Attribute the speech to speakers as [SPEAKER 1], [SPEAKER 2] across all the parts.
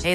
[SPEAKER 1] Hey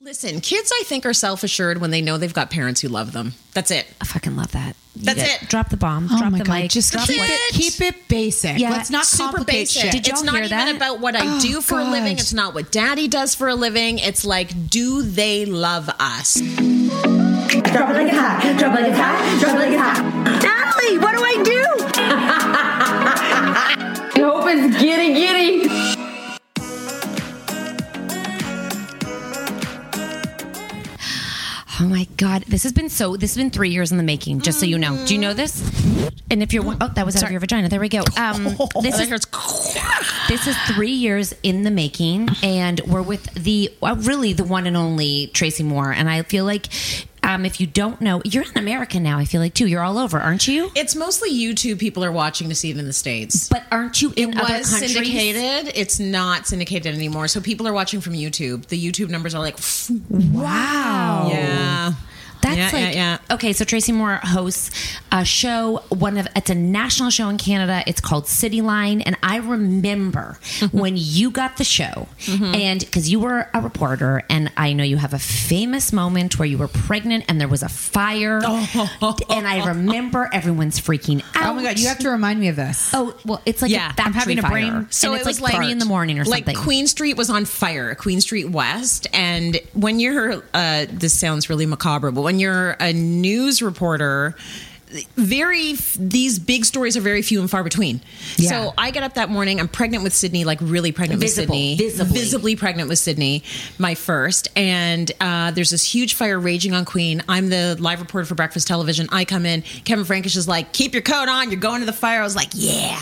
[SPEAKER 2] Listen, kids, I think, are self assured when they know they've got parents who love them. That's it.
[SPEAKER 3] I fucking love that. You
[SPEAKER 2] That's
[SPEAKER 3] get-
[SPEAKER 2] it.
[SPEAKER 3] Drop the bomb.
[SPEAKER 4] Oh
[SPEAKER 3] drop
[SPEAKER 4] my
[SPEAKER 3] the
[SPEAKER 4] god!
[SPEAKER 3] mic.
[SPEAKER 4] Just
[SPEAKER 3] drop
[SPEAKER 4] keep
[SPEAKER 3] what-
[SPEAKER 4] it, keep it basic.
[SPEAKER 3] Yeah.
[SPEAKER 4] Let's not
[SPEAKER 2] Super
[SPEAKER 4] complicate
[SPEAKER 2] basic.
[SPEAKER 4] shit.
[SPEAKER 3] Did y'all
[SPEAKER 2] it's not
[SPEAKER 3] hear
[SPEAKER 2] even
[SPEAKER 3] that?
[SPEAKER 2] about what I
[SPEAKER 4] Oh,
[SPEAKER 2] do for a living.
[SPEAKER 4] God.
[SPEAKER 2] It's not what daddy does for a living. It's like, do they love us?
[SPEAKER 5] Drop it like it's hot. Drop it like it's hot. Drop it like it's hot. Natalie, what do I do? I hope it's giddy giddy.
[SPEAKER 3] Oh my god, this has been so. This has been three years in the making. Just so you know. Do you know this? And if you're, oh, that was out of your vagina. There we go. Um, this is this is three years in the making, and we're with the uh, really the one and only Tracy Moore. And I feel like, um, if you don't know, you're an American now. I feel like too. You're all over, aren't you?
[SPEAKER 2] It's mostly you two people are watching to see it in the States.
[SPEAKER 3] But aren't you in
[SPEAKER 2] it
[SPEAKER 3] other
[SPEAKER 2] was
[SPEAKER 3] countries?
[SPEAKER 2] syndicated. It's not syndicated anymore. So people are watching from YouTube. The YouTube numbers are like, uh,
[SPEAKER 3] Wow.
[SPEAKER 2] yeah.
[SPEAKER 3] That's
[SPEAKER 2] Yeah, yeah,
[SPEAKER 3] like
[SPEAKER 2] yeah.
[SPEAKER 3] okay. So Tracy Moore hosts a show. One of it's a national show in Canada. It's called City Line, and I remember
[SPEAKER 4] Mm-hmm.
[SPEAKER 3] when you got the show, and because you were a reporter, and I know you have a famous moment where you were pregnant and there was a fire, and I remember everyone's freaking out.
[SPEAKER 4] Oh my god! You have to remind me of this.
[SPEAKER 3] Oh well, it's like
[SPEAKER 2] Yeah,
[SPEAKER 3] a
[SPEAKER 2] I'm
[SPEAKER 3] factory
[SPEAKER 4] having a
[SPEAKER 3] fire.
[SPEAKER 4] brain-
[SPEAKER 3] So it's like, three in the morning or
[SPEAKER 2] like
[SPEAKER 3] something.
[SPEAKER 2] Queen Street was on fire, Queen Street West, and when you're uh, this sounds really macabre, but when you're a news reporter. Very, these big stories are very few and far between.
[SPEAKER 4] Yeah.
[SPEAKER 2] So I get up that morning. I'm pregnant with Sydney, like really pregnant
[SPEAKER 3] Visible,
[SPEAKER 2] with Sydney,
[SPEAKER 3] visibly.
[SPEAKER 2] visibly pregnant with Sydney, my first. And uh, there's this huge fire raging on Queen. I'm the live reporter for Breakfast Television. I come in. Kevin Frankish is like, "Keep your coat on. You're going to the fire." I was like, "Yeah."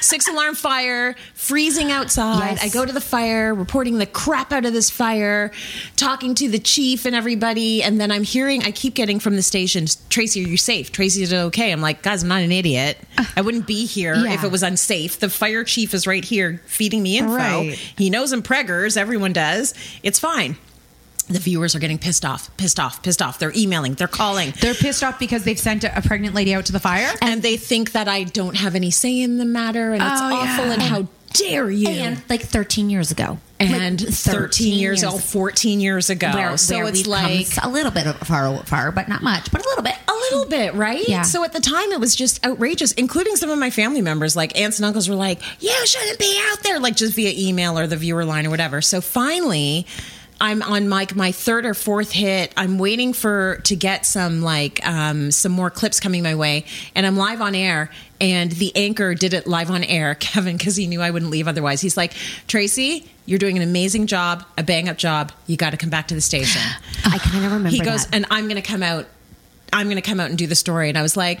[SPEAKER 2] Six alarm fire, freezing outside.
[SPEAKER 3] Yes.
[SPEAKER 2] I go to the fire, reporting the crap out of this fire, talking to the chief and everybody, and then I'm hearing. I keep getting from the station, "Tracy, are you safe? Tracy, it okay. I'm like, guys, I'm not an idiot. I wouldn't be here
[SPEAKER 4] Yeah.
[SPEAKER 2] if it was unsafe. The fire chief is right here feeding me info.
[SPEAKER 4] Right.
[SPEAKER 2] He knows I'm preggers. Everyone does. It's fine. The viewers are getting pissed off, pissed off, pissed off. They're emailing, they're calling.
[SPEAKER 4] They're pissed off because they've sent a a pregnant lady out to the fire.
[SPEAKER 2] and they think that I don't have any say in the matter and it's
[SPEAKER 4] Oh, yeah.
[SPEAKER 2] awful and how dare you.
[SPEAKER 3] and like 13 years ago
[SPEAKER 2] And
[SPEAKER 3] Like,
[SPEAKER 2] 13 years, old, 14 years ago.
[SPEAKER 3] where,
[SPEAKER 2] so
[SPEAKER 3] where
[SPEAKER 2] it's
[SPEAKER 3] we've come
[SPEAKER 2] like
[SPEAKER 3] a little bit far far but not much but a little bit
[SPEAKER 2] a little bit, right?
[SPEAKER 3] Yeah.
[SPEAKER 2] So at the time, it was just outrageous, including some of my family members, like aunts and uncles, were like, "You shouldn't be out there," like just via email or the viewer line or whatever. So finally. I'm on like my third or fourth hit. I'm waiting for to get some like um, some more clips coming my way, and I'm live on air. And the anchor did it live on air, Kevin, because he knew I wouldn't leave otherwise. He's like, "Tracy, you're doing an amazing job, a bang up job. You got to come back to the station."
[SPEAKER 3] i kind of remember
[SPEAKER 2] he goes
[SPEAKER 3] that.
[SPEAKER 2] and i'm gonna come out i'm gonna come out and do the story and i was like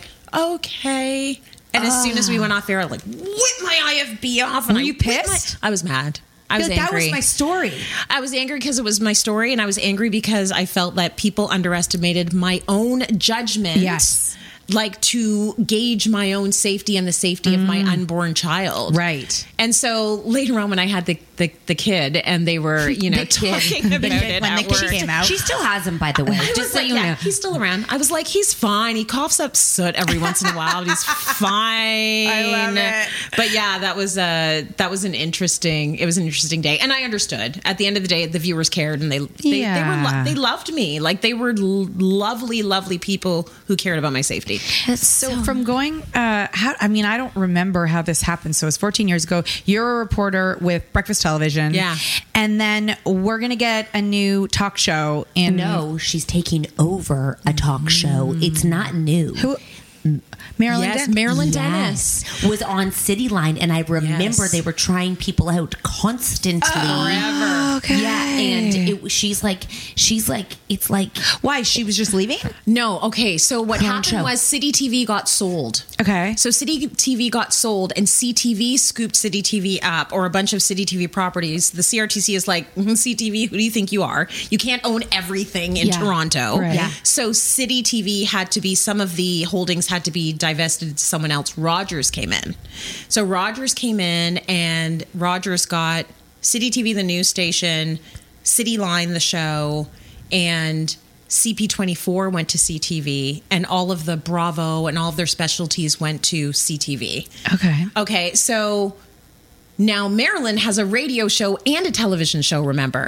[SPEAKER 2] okay and as soon as
[SPEAKER 3] Ah.
[SPEAKER 2] we went off air I like whip my ifb off and
[SPEAKER 4] Were
[SPEAKER 2] I
[SPEAKER 4] you
[SPEAKER 2] whipped my-
[SPEAKER 4] pissed?
[SPEAKER 2] i was mad I was
[SPEAKER 4] Like, that
[SPEAKER 2] angry.
[SPEAKER 4] was my story.
[SPEAKER 2] I was angry because it was my story, and I was angry because I felt that people underestimated my own judgment.
[SPEAKER 4] Yes.
[SPEAKER 2] Like to gauge my own safety and the safety of my
[SPEAKER 3] Mm.
[SPEAKER 2] unborn child.
[SPEAKER 4] Right.
[SPEAKER 2] And so later on, when I had the, the, the kid, and they were, you know,
[SPEAKER 3] The kid.
[SPEAKER 2] talking about it
[SPEAKER 3] when the
[SPEAKER 2] at
[SPEAKER 3] kid
[SPEAKER 2] work.
[SPEAKER 3] came out she still has him by the way
[SPEAKER 2] I was
[SPEAKER 3] just so
[SPEAKER 2] like,
[SPEAKER 3] you
[SPEAKER 2] yeah,
[SPEAKER 3] know
[SPEAKER 2] he's still around. I was like, he's fine. He coughs up soot every once in a while. But he's fine. I love it. But yeah, that was uh that was an interesting. It was an interesting day, and I understood. At the end of the day, the viewers cared, and they they, they were
[SPEAKER 4] Yeah.
[SPEAKER 2] lo- they loved me. Like they were l- lovely, lovely people who cared about my safety.
[SPEAKER 4] So, from going, uh, how, I mean, I don't remember how this happened. So it was 14 years ago. You're a reporter with Breakfast Television.
[SPEAKER 2] Yeah.
[SPEAKER 4] And then we're going to get a new talk show. And
[SPEAKER 3] no she's taking over a
[SPEAKER 2] Mm.
[SPEAKER 3] talk show it's not new
[SPEAKER 4] Who, Marilyn
[SPEAKER 2] Yes,
[SPEAKER 4] Den-
[SPEAKER 2] Marilyn Dennis.
[SPEAKER 3] Yes, was on City Line, and I remember
[SPEAKER 2] Yes.
[SPEAKER 3] they were trying people out constantly. Oh,
[SPEAKER 4] Okay.
[SPEAKER 3] Yeah, and it, she's like, she's like, it's like
[SPEAKER 4] Why? She was just leaving?
[SPEAKER 2] No, okay. So what
[SPEAKER 3] Clown
[SPEAKER 2] happened
[SPEAKER 3] show.
[SPEAKER 2] was City TV got sold.
[SPEAKER 4] Okay.
[SPEAKER 2] So City TV got sold, and CTV scooped City TV up, or a bunch of City TV properties. The CRTC is like, "Mhm, CTV, who do you think you are? You can't own everything in
[SPEAKER 3] Yeah.
[SPEAKER 2] Toronto.
[SPEAKER 4] Right.
[SPEAKER 3] Yeah.
[SPEAKER 2] So City TV had to be some of the holdings had to be divested to someone else. Rogers came in. So Rogers came in, and Rogers got City TV, the news station, City Line, the show, and CP24 went to CTV, and all of the Bravo and all of their specialties went to CTV.
[SPEAKER 4] Okay.
[SPEAKER 2] Okay, so now Marilyn has a radio show and a television show, remember?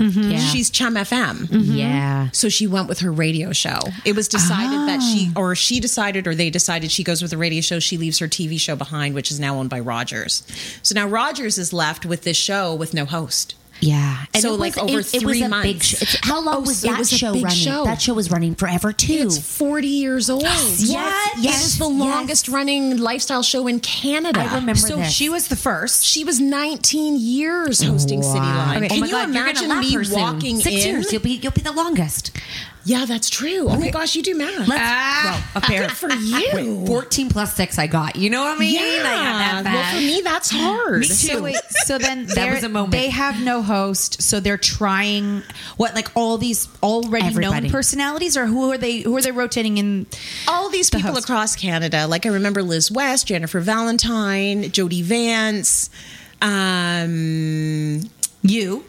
[SPEAKER 2] She's Chum FM.
[SPEAKER 3] yeah,
[SPEAKER 2] So she went with her radio show. It was decided that she, or she decided, or they decided she goes with the radio show. She leaves her TV show behind, which is now owned by Rogers. So now Rogers is left with this show with no host.
[SPEAKER 3] yeah. And
[SPEAKER 2] So,
[SPEAKER 3] it
[SPEAKER 2] like,
[SPEAKER 3] was,
[SPEAKER 2] over
[SPEAKER 3] it, it
[SPEAKER 2] three
[SPEAKER 3] was a big
[SPEAKER 2] months.
[SPEAKER 3] sh- it's- how long
[SPEAKER 2] Oh,
[SPEAKER 3] was
[SPEAKER 2] so it
[SPEAKER 3] that
[SPEAKER 2] was a
[SPEAKER 3] show
[SPEAKER 2] big
[SPEAKER 3] running?
[SPEAKER 2] show.
[SPEAKER 3] That show was running forever too.
[SPEAKER 2] It's 40 years old. Yes.
[SPEAKER 3] What?
[SPEAKER 2] It is the
[SPEAKER 3] Yes,
[SPEAKER 2] longest running lifestyle show in Canada.
[SPEAKER 3] I remember
[SPEAKER 2] So
[SPEAKER 3] this.
[SPEAKER 2] she was
[SPEAKER 4] the first.
[SPEAKER 2] she was 19 years hosting City Line.
[SPEAKER 3] Okay.
[SPEAKER 2] Can
[SPEAKER 3] oh my
[SPEAKER 2] you
[SPEAKER 3] God, you're gonna
[SPEAKER 2] imagine
[SPEAKER 3] lap
[SPEAKER 2] me
[SPEAKER 3] her soon.
[SPEAKER 2] walking
[SPEAKER 3] six
[SPEAKER 2] in?
[SPEAKER 3] years? You'll be you'll be the longest.
[SPEAKER 2] Yeah, that's true. Oh my gosh, you do math.
[SPEAKER 3] Let's, well,
[SPEAKER 2] Good for you.
[SPEAKER 3] fourteen plus six. I got. You know what I mean?
[SPEAKER 2] yeah.
[SPEAKER 3] I got that
[SPEAKER 2] well,
[SPEAKER 3] fast.
[SPEAKER 2] for me, that's hard.
[SPEAKER 3] Me too.
[SPEAKER 4] So, wait, so then
[SPEAKER 3] That
[SPEAKER 4] they're-
[SPEAKER 3] was a moment.
[SPEAKER 4] they have no host, so they're trying what like all these already
[SPEAKER 3] Everybody.
[SPEAKER 4] known personalities, or who are they? Who are they rotating in?
[SPEAKER 2] all these people across Canada. Like I remember Liz West, Jennifer Valentine, Jody Vance, um,
[SPEAKER 4] You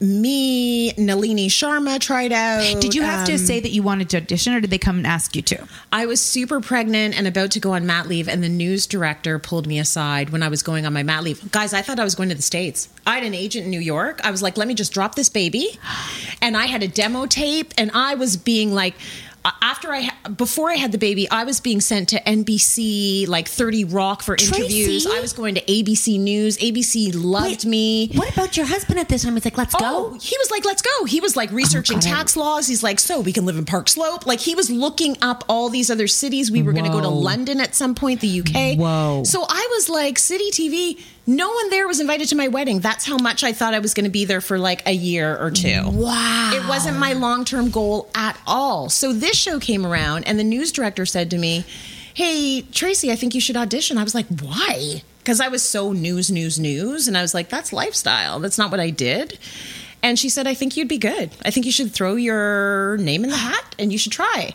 [SPEAKER 2] me, Nalini Sharma tried out. uh,
[SPEAKER 4] did you have to say that you wanted to audition, or did they come and ask you to?
[SPEAKER 2] I was super pregnant and about to go on mat leave, and the news director pulled me aside when I was going on my mat leave. Guys, I thought I was going to the States. I had an agent in New York. I was like, let me just drop this baby. And I had a demo tape, and I was being like, a- after I, ha- before I had the baby, I was being sent to NBC, like 30 Rock for interviews.
[SPEAKER 3] Tracy?
[SPEAKER 2] I was going to ABC News. ABC loved
[SPEAKER 3] Wait,
[SPEAKER 2] me.
[SPEAKER 3] What about your husband at this time? He's like, let's
[SPEAKER 2] Oh,
[SPEAKER 3] go.
[SPEAKER 2] he was like, let's go. He was like researching
[SPEAKER 3] God.
[SPEAKER 2] tax laws. He's like, so we can live in Park Slope. Like he was looking up all these other cities. We were going to go to London at some point, the UK.
[SPEAKER 4] Whoa.
[SPEAKER 2] So I was like, City TV. No one there was invited to my wedding. That's how much I thought I was going to be there for like a year or two. Wow. It wasn't my long term goal at all. So this show came around, and the news director said to me, Hey, Tracy, I think you should audition. I was like, Why? Because I was so news, news, news. And I was like, That's lifestyle. That's not what I did. And she said, I think you'd be good. I think you should throw your name in the hat and you should try.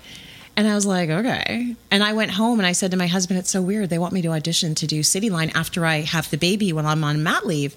[SPEAKER 2] And I was like, okay. And I went home and I said to my husband, it's so weird. They want me to audition to do City Line after I have the baby while I'm on mat leave.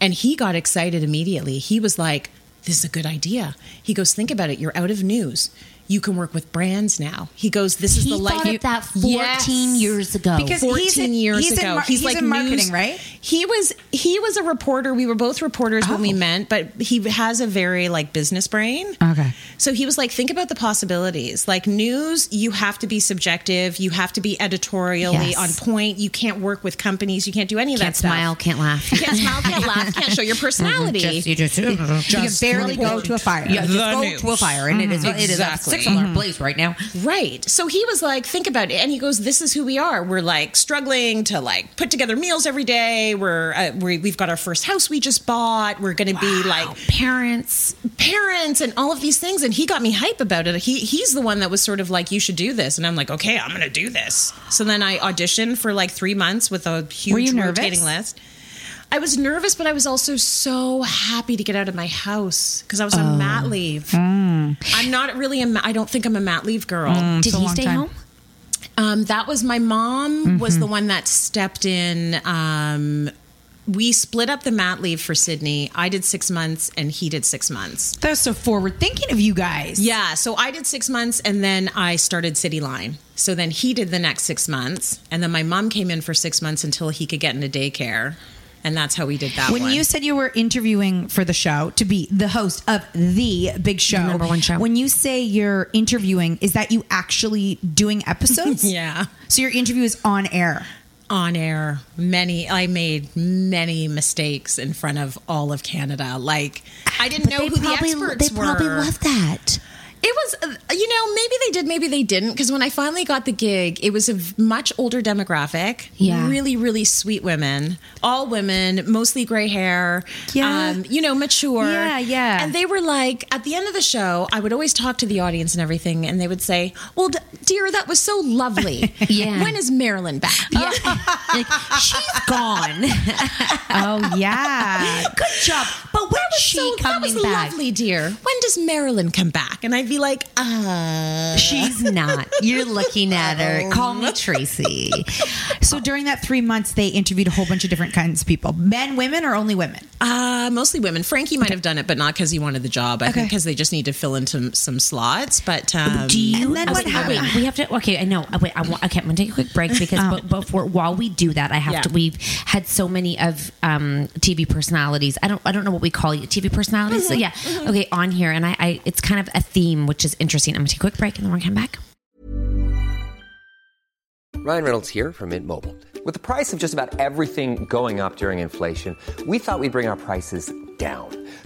[SPEAKER 2] And he got excited immediately. He was like, this is a good idea. He goes, think about it. You're out of news. You can work with brands now. He goes, this is
[SPEAKER 3] He
[SPEAKER 2] the life.
[SPEAKER 3] thought of that 14 years ago.
[SPEAKER 4] Because-
[SPEAKER 3] Because
[SPEAKER 2] 14
[SPEAKER 4] he's in-
[SPEAKER 2] years
[SPEAKER 4] he's in
[SPEAKER 2] ago.
[SPEAKER 4] mar- he's in marketing, right?
[SPEAKER 2] He was he was a reporter. We were both reporters when
[SPEAKER 4] Oh.
[SPEAKER 2] we met, but he has a very like business brain.
[SPEAKER 4] Okay.
[SPEAKER 2] So he was like, think about the possibilities. Like news, you have to be subjective. You have to be editorially
[SPEAKER 3] Yes.
[SPEAKER 2] on point. You can't work with companies. You can't do any of
[SPEAKER 3] can't
[SPEAKER 2] that stuff.
[SPEAKER 3] smile, can't laugh.
[SPEAKER 2] Can't smile, can't laugh, can't show your personality.
[SPEAKER 3] Just, you just,
[SPEAKER 2] Just
[SPEAKER 6] you can barely go
[SPEAKER 2] report.
[SPEAKER 6] to a fire.
[SPEAKER 7] Yeah,
[SPEAKER 6] just
[SPEAKER 7] the
[SPEAKER 6] go
[SPEAKER 7] news.
[SPEAKER 6] to a fire, and it is it is a
[SPEAKER 7] Exactly.
[SPEAKER 6] six alarm blaze right now.
[SPEAKER 2] Right. So he was like, think about it. And he goes, this is who we are. We're like struggling to like put together meals every day. We're, uh, we we've got our first house we just bought. We're going to be like
[SPEAKER 3] parents.
[SPEAKER 2] parents and all of these things. And he got me hype about it. He, he's the one that was sort of like, you should do this. And I'm like, okay, I'm going to do this. So then I auditioned for like three months with a huge
[SPEAKER 4] Were you nervous?
[SPEAKER 2] rotating list. I was nervous, but I was also so happy to get out of my house because I was
[SPEAKER 4] Oh.
[SPEAKER 2] on mat leave.
[SPEAKER 4] Mm.
[SPEAKER 2] I'm not really a, ma- I don't think I'm a mat leave girl.
[SPEAKER 3] Did he stay home?
[SPEAKER 2] Um, that was my mom was the
[SPEAKER 3] Mm-hmm.
[SPEAKER 2] one that stepped in. Um, we split up the mat leave for Sydney. I did six months and he did six months.
[SPEAKER 4] That's so forward thinking of you guys.
[SPEAKER 2] Yeah, so I did six months and then I started City Line. So then he did the next six months, and then my mom came in for six months until he could get into daycare, and that's how we did that.
[SPEAKER 4] When
[SPEAKER 2] one.
[SPEAKER 4] you said you were interviewing for the show to be the host of the big show,
[SPEAKER 3] number one show.
[SPEAKER 4] When you say you're interviewing, is that you actually doing episodes?
[SPEAKER 2] Yeah.
[SPEAKER 4] So your interview is on air.
[SPEAKER 2] on air many i made many mistakes in front of all of canada like i didn't know
[SPEAKER 3] they
[SPEAKER 2] who
[SPEAKER 3] probably,
[SPEAKER 2] the experts
[SPEAKER 3] they
[SPEAKER 2] were
[SPEAKER 3] probably love that.
[SPEAKER 2] It was, uh, you know, maybe they did, maybe they didn't. Because when I finally got the gig, it was a v- much older demographic.
[SPEAKER 3] Yeah.
[SPEAKER 2] Really, really sweet women. All women, mostly gray hair. um,
[SPEAKER 4] Yeah.
[SPEAKER 2] you know, mature.
[SPEAKER 4] Yeah, yeah.
[SPEAKER 2] And they were like, at the end of the show, I would always talk to the audience and everything. And they would say, Well, d- dear, that was so lovely.
[SPEAKER 3] Yeah. Uh,
[SPEAKER 2] When is Marilyn back?
[SPEAKER 3] Yeah. like, she's gone.
[SPEAKER 4] Oh yeah.
[SPEAKER 3] Good job. But when was she
[SPEAKER 2] that
[SPEAKER 3] coming
[SPEAKER 2] was
[SPEAKER 3] back?
[SPEAKER 2] lovely, dear. When does Marilyn come back? And I'd be like, uh.
[SPEAKER 3] She's not. You're looking at her. Call me Tracy.
[SPEAKER 4] so during that three months, they interviewed a whole bunch of different kinds of people: men, women, or only women.
[SPEAKER 2] Uh, mostly women. Frankie might have done it, but not because he wanted the job. I think
[SPEAKER 4] Okay.
[SPEAKER 2] because they just need to fill in some, some slots. But um,
[SPEAKER 3] Do you?
[SPEAKER 4] And then
[SPEAKER 3] oh,
[SPEAKER 4] what
[SPEAKER 3] wait, oh, wait,
[SPEAKER 4] happened? Oh.
[SPEAKER 3] we have to. Okay, I know. Oh, Wait, I want. Okay, I'm gonna take a quick break because but before while we do that, I have
[SPEAKER 2] Yeah.
[SPEAKER 3] to. We've had so many of um, TV personalities. I don't. I don't know what we call you. TV personalities.
[SPEAKER 4] Mm-hmm.
[SPEAKER 3] So yeah. Okay, on here, and I, I. It's kind of a theme, which is interesting. I'm gonna take a quick break, and then we're gonna come back.
[SPEAKER 8] Ryan Reynolds here from Mint Mobile. With the price of just about everything going up during inflation, we thought we'd bring our prices down.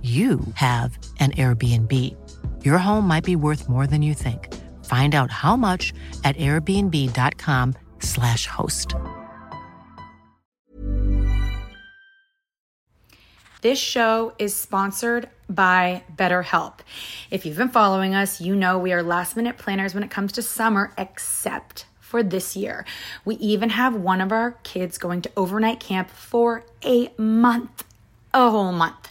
[SPEAKER 1] you have an Airbnb. Your home might be worth more than you think. Find out how much at airbnb.com/slash host.
[SPEAKER 9] This show is sponsored by BetterHelp. If you've been following us, you know we are last minute planners when it comes to summer, except for this year. We even have one of our kids going to overnight camp for a month, a whole month.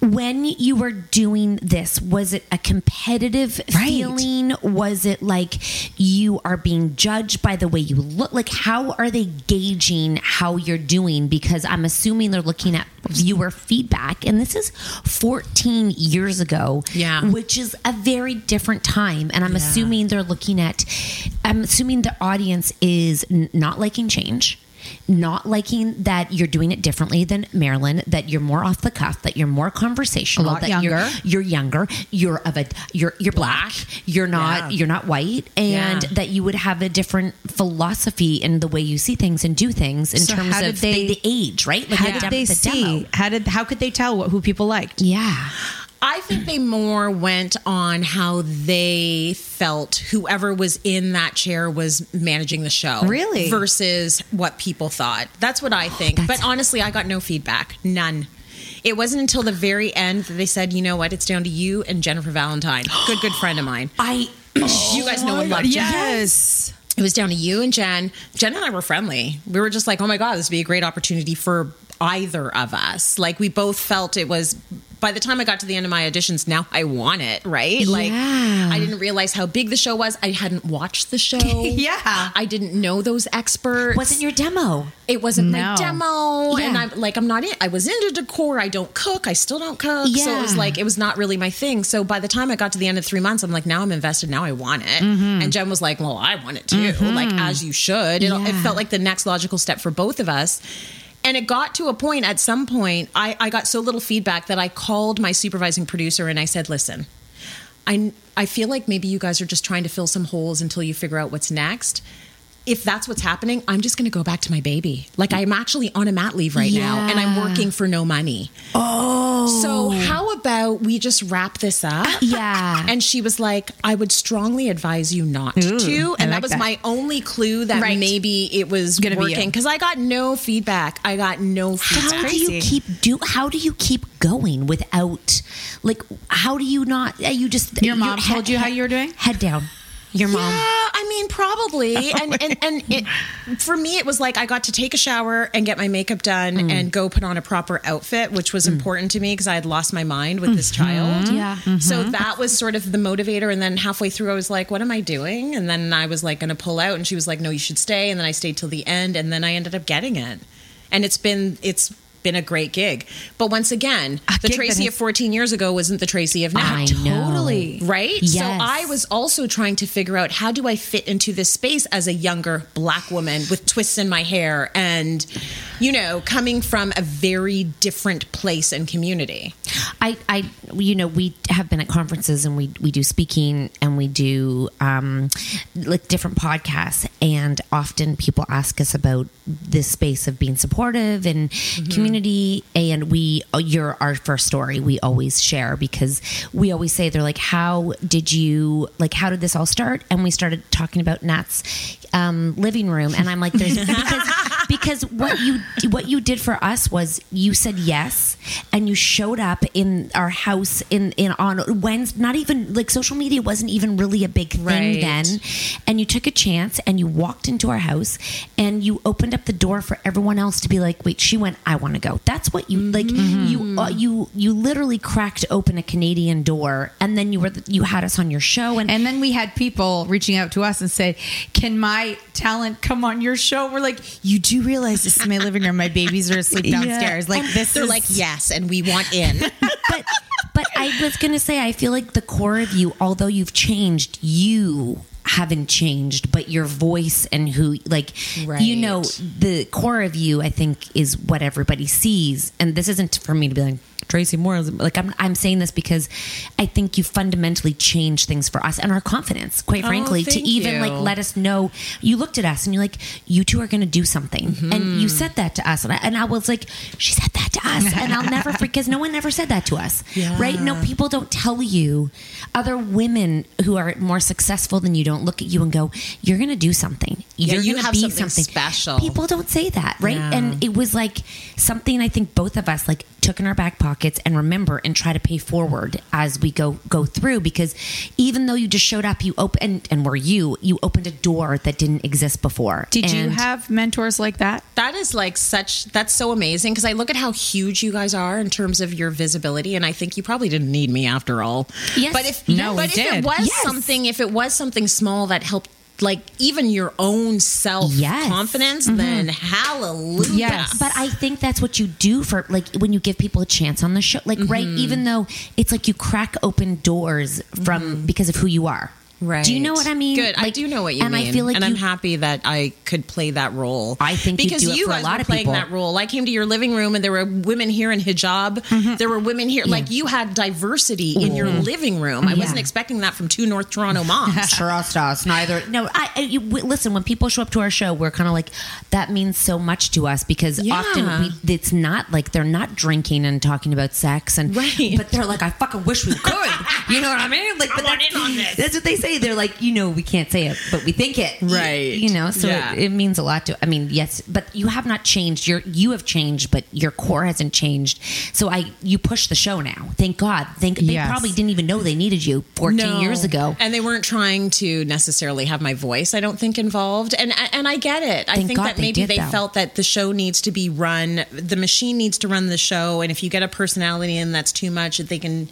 [SPEAKER 3] when you were doing this, was it a competitive feeling? Was it like you are being judged by the way you look? Like, how are they gauging how you're doing? Because I'm assuming they're looking at viewer feedback. And this is 14 years ago, yeah. which is a very different time. And I'm assuming they're looking at, I'm assuming the audience is n- not liking change not liking that you're doing it differently than Marilyn, that you're more off the cuff, that you're more conversational,
[SPEAKER 4] A lot
[SPEAKER 3] that
[SPEAKER 4] younger.
[SPEAKER 3] You're, you're younger, you're of a you're you're black, you're not
[SPEAKER 4] Yeah.
[SPEAKER 3] you're not white, and
[SPEAKER 4] Yeah.
[SPEAKER 3] that you would have a different philosophy in the way you see things and do things in
[SPEAKER 4] So
[SPEAKER 3] terms
[SPEAKER 4] how did
[SPEAKER 3] of the-
[SPEAKER 4] they-
[SPEAKER 3] the, age, right?
[SPEAKER 4] how
[SPEAKER 3] the
[SPEAKER 4] did
[SPEAKER 3] dem-
[SPEAKER 4] they
[SPEAKER 3] the
[SPEAKER 4] see?
[SPEAKER 3] demo.
[SPEAKER 4] How did how could they tell what, who people liked?
[SPEAKER 3] Yeah.
[SPEAKER 2] I think they more went on how they felt whoever was in that chair was managing the show.
[SPEAKER 4] Really?
[SPEAKER 2] Versus what people thought. That's what I think. but honestly, I got no feedback. None. It wasn't until the very end that they said, you know what, it's down to you and Jennifer Valentine. Good, good friend of mine.
[SPEAKER 3] I
[SPEAKER 2] you guys know and love Jen.
[SPEAKER 4] Oh Yes.
[SPEAKER 2] It was down to you and Jen. Jen and I were friendly. We were just like, oh my God, this would be a great opportunity for either of us. Like, we both felt it was. By the time I got to the end of my auditions, now I want it, right? Like,
[SPEAKER 3] Yeah.
[SPEAKER 2] I didn't realize how big the show was. I hadn't watched the show.
[SPEAKER 4] Yeah.
[SPEAKER 2] I didn't know those experts.
[SPEAKER 3] Wasn't your demo?
[SPEAKER 2] It wasn't
[SPEAKER 4] No.
[SPEAKER 2] my demo,
[SPEAKER 3] Yeah.
[SPEAKER 2] and I'm like, I'm not in. I was into decor. I don't cook. I still don't cook. So it was
[SPEAKER 3] Yeah.
[SPEAKER 2] like, it was not really my thing. So by the time I got to the end of three months, I'm like, now I'm invested. Now I want it.
[SPEAKER 3] Mm-hmm.
[SPEAKER 2] And Jen was like, well, I want it too. Like as you should. It, it
[SPEAKER 3] Yeah.
[SPEAKER 2] felt like the next logical step for both of us. And it got to a point at some point, I, I got so little feedback that I called my supervising producer and I said, listen, I, I feel like maybe you guys are just trying to fill some holes until you figure out what's next. If that's what's happening, I'm just going to go back to my baby. Like I'm actually on a mat leave right now and I'm working for no money. Oh. So how about we just wrap this up?
[SPEAKER 4] Uh,
[SPEAKER 3] Yeah.
[SPEAKER 2] And she was like, I would strongly advise you not to. And
[SPEAKER 4] I
[SPEAKER 2] that
[SPEAKER 4] like
[SPEAKER 2] was
[SPEAKER 4] that.
[SPEAKER 2] my only clue that
[SPEAKER 4] Right.
[SPEAKER 2] maybe it was
[SPEAKER 4] Gonna be you.
[SPEAKER 2] working because I got no feedback. I got no feedback.
[SPEAKER 3] how do you keep do how do you keep going without like how do you not uh, you just
[SPEAKER 4] Your mom told you how you were doing?
[SPEAKER 3] head down your mom Oh
[SPEAKER 2] Yeah, I mean, probably. And and and it, for me, it was like I got to take a shower and get my makeup done
[SPEAKER 3] Mm.
[SPEAKER 2] and go put on a proper outfit, which was important to me because I had lost my mind with this child.
[SPEAKER 3] Mm-hmm. Yeah. Mm-hmm.
[SPEAKER 2] So that was sort of the motivator. And then halfway through, I was like, "What am I doing?" And then I was like, "Going to pull out," and she was like, "No, you should stay." And then I stayed till the end, and then I ended up getting it. And it's been it's been a great gig. But once again, the
[SPEAKER 4] gig that
[SPEAKER 2] Tracy of
[SPEAKER 4] has-
[SPEAKER 2] 14 years ago wasn't the Tracy of now.
[SPEAKER 3] I know.
[SPEAKER 4] Totally.
[SPEAKER 2] Right? So
[SPEAKER 3] Yes.
[SPEAKER 2] I was also trying to figure out how do I fit into this space as a younger black woman with twists in my hair and, you know, coming from a very different place and community.
[SPEAKER 3] I, I, you know, we have been at conferences and we we do speaking and we do um, like different podcasts, and often people ask us about this space of being supportive and community. And we, uh, you're our first story. We always share because we always say they're like, how did you like? How did this all start? And we started talking about Nat's um, living room, and I'm like, there's because. because because what you what you did for us was you said yes and you showed up in our house in in on Wednesday. Not even like social media wasn't even really a big thing
[SPEAKER 2] Right.
[SPEAKER 3] then, and you took a chance and you walked into our house and you opened up the door for everyone else to be like, wait, she went, I want to go. That's what you like. You uh, you you literally cracked open a Canadian door and then you were the, you had us on your show and
[SPEAKER 4] and then we had people reaching out to us and say, "Can my talent come on your show?" We're like, "You do realize this is my living room. My babies are asleep
[SPEAKER 2] Yeah.
[SPEAKER 4] downstairs. Like
[SPEAKER 2] And
[SPEAKER 4] this."
[SPEAKER 2] they're
[SPEAKER 4] is-
[SPEAKER 2] like, yes, and we want in.
[SPEAKER 3] but but I was gonna say I feel like the core of you, although you've changed, you haven't changed, but your voice and who like you know the core of you I think is what everybody sees. And this isn't for me to be like Tracy Moore is-" like I'm I'm saying this because I think you fundamentally changed things for us and our confidence, quite
[SPEAKER 2] Oh,
[SPEAKER 3] frankly, to
[SPEAKER 2] thank
[SPEAKER 3] even
[SPEAKER 2] you.
[SPEAKER 3] like let us know you looked at us and you're like, you two are gonna do something.
[SPEAKER 2] Mm-hmm.
[SPEAKER 3] And you said that to us and I, and I was like, She said that to us and I'll never forget because no one ever said that to us
[SPEAKER 2] Yeah.
[SPEAKER 3] right? No, people don't tell you. Other women who are more successful than you don't look at you and go, "You're going to do something.
[SPEAKER 2] Yeah,
[SPEAKER 3] You're
[SPEAKER 2] you
[SPEAKER 3] going to
[SPEAKER 2] have
[SPEAKER 3] be
[SPEAKER 2] something special."
[SPEAKER 3] People don't say that, right?
[SPEAKER 2] No.
[SPEAKER 3] And it was like something I think both of us like took in our back pockets and remember and try to pay forward as we go go through because even though you just showed up, you open and, and were you you opened a door that didn't exist before.
[SPEAKER 4] Did you
[SPEAKER 3] And-
[SPEAKER 4] have mentors like that?
[SPEAKER 2] That is like such, that's so amazing because I look at how huge you guys are in terms of your visibility, and I think you probably didn't need me after all.
[SPEAKER 3] Yes.
[SPEAKER 2] But if,
[SPEAKER 4] No,
[SPEAKER 2] but if
[SPEAKER 4] we
[SPEAKER 2] it
[SPEAKER 4] did.
[SPEAKER 2] was
[SPEAKER 3] Yes.
[SPEAKER 2] something, if it was something small that helped, like even your own self
[SPEAKER 3] Yes. Mm-hmm.
[SPEAKER 2] confidence, then hallelujah.
[SPEAKER 4] Yes.
[SPEAKER 3] But I think that's what you do for like when you give people a chance on the show. Like right,
[SPEAKER 2] Mm-hmm.
[SPEAKER 3] even though it's like you crack open doors from because of who you are.
[SPEAKER 2] Mm-hmm. Right.
[SPEAKER 3] Do you know what I mean?
[SPEAKER 2] Good. I
[SPEAKER 3] Like,
[SPEAKER 2] do know what you
[SPEAKER 3] and
[SPEAKER 2] mean.
[SPEAKER 3] I feel like
[SPEAKER 2] and
[SPEAKER 3] you,
[SPEAKER 2] I'm happy that I could play that role.
[SPEAKER 3] I think you
[SPEAKER 2] because
[SPEAKER 3] do it for a
[SPEAKER 2] guys
[SPEAKER 3] lot
[SPEAKER 2] were
[SPEAKER 3] of
[SPEAKER 2] playing
[SPEAKER 3] people.
[SPEAKER 2] that role. I came to your living room and there were women here in hijab.
[SPEAKER 3] Mm-hmm.
[SPEAKER 2] There were women here. Like you had diversity in your living room. I wasn't expecting that from two North Toronto moms.
[SPEAKER 3] trust us. Neither. No. I, I you, w- listen. When people show up to our show, we're kind of like that means so much to us because
[SPEAKER 2] Yeah.
[SPEAKER 3] often we, it's not like they're not drinking and talking about sex and
[SPEAKER 2] Right.
[SPEAKER 3] but they're like I fucking wish we could. you know what I mean? Like, but
[SPEAKER 2] I want
[SPEAKER 3] that's-
[SPEAKER 2] in on this.
[SPEAKER 3] That's what they say. They're like, you know, we can't say it, but we think it. You-
[SPEAKER 2] Right.
[SPEAKER 3] You, know, so
[SPEAKER 2] Yeah.
[SPEAKER 3] it, it means a lot to. I mean, yes, but you have not changed. Your you have changed, but your core hasn't changed. So I you push the show now. Thank God. Thank they
[SPEAKER 4] Yes.
[SPEAKER 3] probably didn't even know they needed you 14 years ago.
[SPEAKER 2] and they weren't trying to necessarily have my voice. I don't think involved, and and I get it. I
[SPEAKER 3] Thank
[SPEAKER 2] think
[SPEAKER 3] God
[SPEAKER 2] that
[SPEAKER 3] they
[SPEAKER 2] maybe
[SPEAKER 3] did,
[SPEAKER 2] they
[SPEAKER 3] though.
[SPEAKER 2] felt that the show needs to be run, the machine needs to run the show, and if you get a personality in that's too much, that they can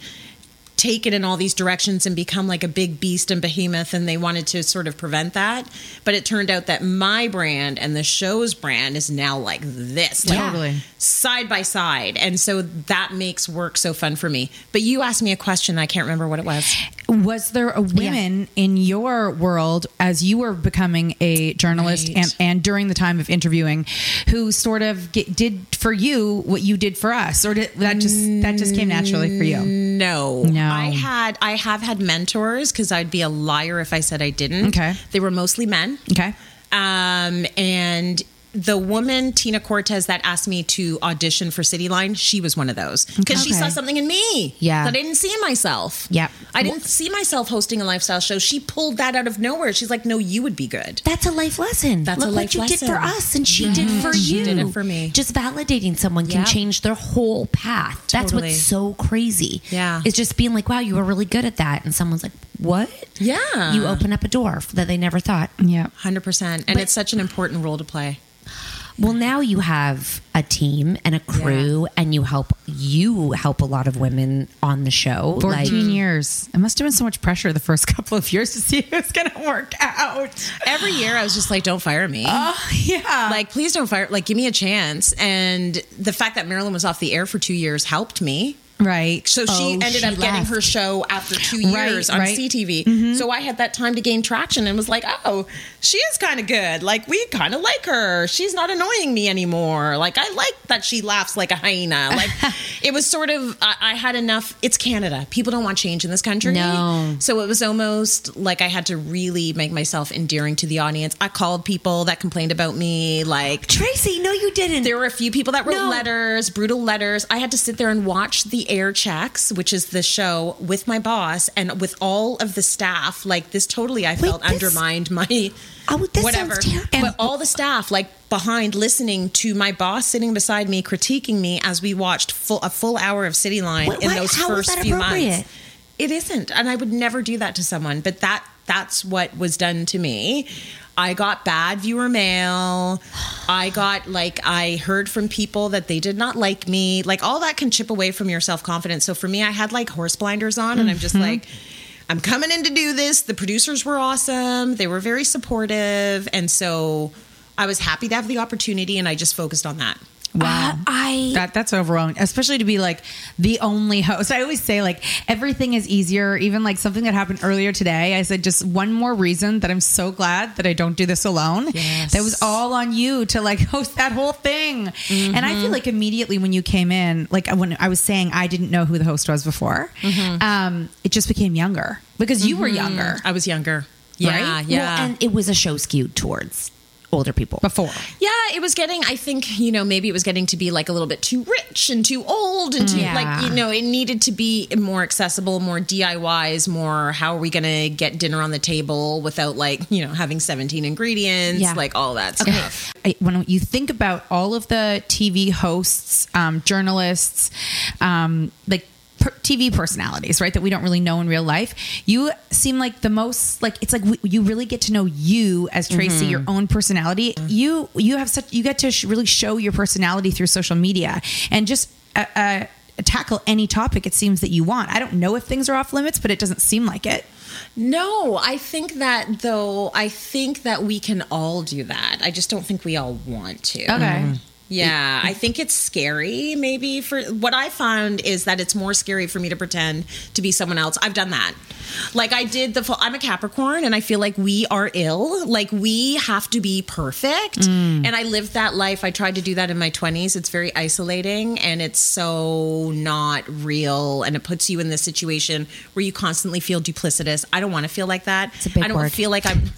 [SPEAKER 2] take it in all these directions and become like a big beast and behemoth and they wanted to sort of prevent that but it turned out that my brand and the show's brand is now like this like,
[SPEAKER 4] Totally.
[SPEAKER 2] side by side and so that makes work so fun for me but you asked me a question i can't remember what it was
[SPEAKER 4] Was there a women in your world as you were becoming a journalist and, and during the time of interviewing who sort of get, did for you what you did for us, or did, that just that just came naturally for you?
[SPEAKER 2] No,
[SPEAKER 4] No.
[SPEAKER 2] I had I have had mentors because I'd be a liar if I said I didn't.
[SPEAKER 4] Okay.
[SPEAKER 2] they were mostly men.
[SPEAKER 4] Okay.
[SPEAKER 2] Um, and the woman Tina Cortez that asked me to audition for City Line, she was one of those because she
[SPEAKER 4] Okay.
[SPEAKER 2] saw something in me
[SPEAKER 3] Yeah.
[SPEAKER 2] that I didn't see in myself.
[SPEAKER 3] Yep.
[SPEAKER 2] I didn't see myself hosting a lifestyle show. She pulled that out of nowhere. She's like, "No, you would be good."
[SPEAKER 3] That's a life lesson.
[SPEAKER 2] That's
[SPEAKER 3] Look
[SPEAKER 2] a life
[SPEAKER 3] what you
[SPEAKER 2] lesson.
[SPEAKER 3] did for us, and she did for
[SPEAKER 2] She
[SPEAKER 3] you.
[SPEAKER 2] did it for me.
[SPEAKER 3] Just validating someone can
[SPEAKER 2] Yep.
[SPEAKER 3] change their whole path. That's
[SPEAKER 2] Totally.
[SPEAKER 3] what's so crazy.
[SPEAKER 2] Yeah.
[SPEAKER 3] it's just being like, wow, you were really good at that, and someone's like, what?
[SPEAKER 2] Yeah.
[SPEAKER 3] you open up a door that they never thought.
[SPEAKER 4] Yeah.
[SPEAKER 2] Hundred percent, and it's such an important role to play.
[SPEAKER 3] Well, now you have a team and a crew, and you help you help a lot of women on the show.
[SPEAKER 4] 14 years. It must have been so much pressure the first couple of years to see if it's going to work out.
[SPEAKER 2] Every year, I was just like, "Don't fire me."
[SPEAKER 4] Oh, yeah.
[SPEAKER 2] like please don't fire like give me a chance and the fact that marilyn was off the air for two years helped me
[SPEAKER 4] right.
[SPEAKER 2] so she
[SPEAKER 4] Oh,
[SPEAKER 2] ended up getting
[SPEAKER 4] left.
[SPEAKER 2] her show after two
[SPEAKER 4] Right,
[SPEAKER 2] years on
[SPEAKER 4] right. Mm-hmm.
[SPEAKER 2] ctv so i had that time to gain traction and was like oh she is kind of good like we kind of like her she's not annoying me anymore like i like that she laughs like a hyena like it was sort of I, I had enough it's canada people don't want change in this country
[SPEAKER 3] No.
[SPEAKER 2] so it was almost like I had to really make myself endearing to the audience. I called people that complained about me. Like,
[SPEAKER 3] Tracy, no, you didn't.
[SPEAKER 2] there were a few people that wrote
[SPEAKER 3] No.
[SPEAKER 2] letters, brutal letters. I had to sit there and watch the air checks, which is the show, with my boss and with all of the staff. Like, this totally, I felt
[SPEAKER 3] this-
[SPEAKER 2] undermined my oh, whatever. But all the staff, like behind, listening to my boss sitting beside me, critiquing me as we watched full, a full hour of City Line
[SPEAKER 3] What-
[SPEAKER 2] in
[SPEAKER 3] what?
[SPEAKER 2] those
[SPEAKER 3] How is
[SPEAKER 2] first
[SPEAKER 3] that
[SPEAKER 2] few months.
[SPEAKER 3] appropriate?
[SPEAKER 2] It isn't, and I would never do that to someone. But that that's what was done to me. I got bad viewer mail. I got like I heard from people that they did not like me. Like all that can chip away from your self confidence. So for me, I had like horse blinders on, and I'm just
[SPEAKER 3] Mhm.
[SPEAKER 2] like, I'm coming in to do this. The producers were awesome. They were very supportive. And so I was happy to have the opportunity and I just focused on that.
[SPEAKER 4] Wow.
[SPEAKER 3] I
[SPEAKER 4] that that's overwhelming, especially to be like the only host. I always say like everything is easier, even like something that happened earlier today. I said just one more reason that I'm so glad that I don't do this alone. That was all on you to like host that whole thing. And I feel like immediately when you came in, like when I was saying I didn't know who the host was before, um, it just became younger because you were
[SPEAKER 2] Mhm.
[SPEAKER 4] younger.
[SPEAKER 2] I was younger. Yeah,
[SPEAKER 4] Right?
[SPEAKER 2] yeah.
[SPEAKER 3] Well, and it was a show skewed towards older people
[SPEAKER 4] before.
[SPEAKER 2] Yeah, it was getting. I think you know maybe it was getting to be like a little bit too rich and too old and too
[SPEAKER 3] Yeah.
[SPEAKER 2] like you know it needed to be more accessible, more DIYs, more how are we going to get dinner on the table without like you know having seventeen ingredients,
[SPEAKER 4] Yeah.
[SPEAKER 2] like all that
[SPEAKER 4] Okay.
[SPEAKER 2] stuff.
[SPEAKER 4] I, when you think about all of the TV hosts, um, journalists, um, like per- TV personalities, right, that we don't really know in real life, you seem like the most like it's like we, you really get to know you as Tracy,
[SPEAKER 3] Mhm.
[SPEAKER 4] your own personality. You you have such you get to sh- really show your personality through social media and just. Uh, uh, tackle any topic it seems that you want. I don't know if things are off limits, but it doesn't seem like it.
[SPEAKER 2] No, I think that though, I think that we can all do that. I just don't think we all want to.
[SPEAKER 4] Okay. Mhm.
[SPEAKER 2] Yeah, I think it's scary maybe for what I found is that it's more scary for me to pretend to be someone else. I've done that. Like I did the full, I'm a Capricorn and I feel like we are ill. Like we have to be perfect.
[SPEAKER 3] Mm.
[SPEAKER 2] And I lived that life. I tried to do that in my 20s. It's very isolating and it's so not real and it puts you in this situation where you constantly feel duplicitous. I don't want to feel like that.
[SPEAKER 3] a big
[SPEAKER 2] I don't
[SPEAKER 3] word.
[SPEAKER 2] feel like I'm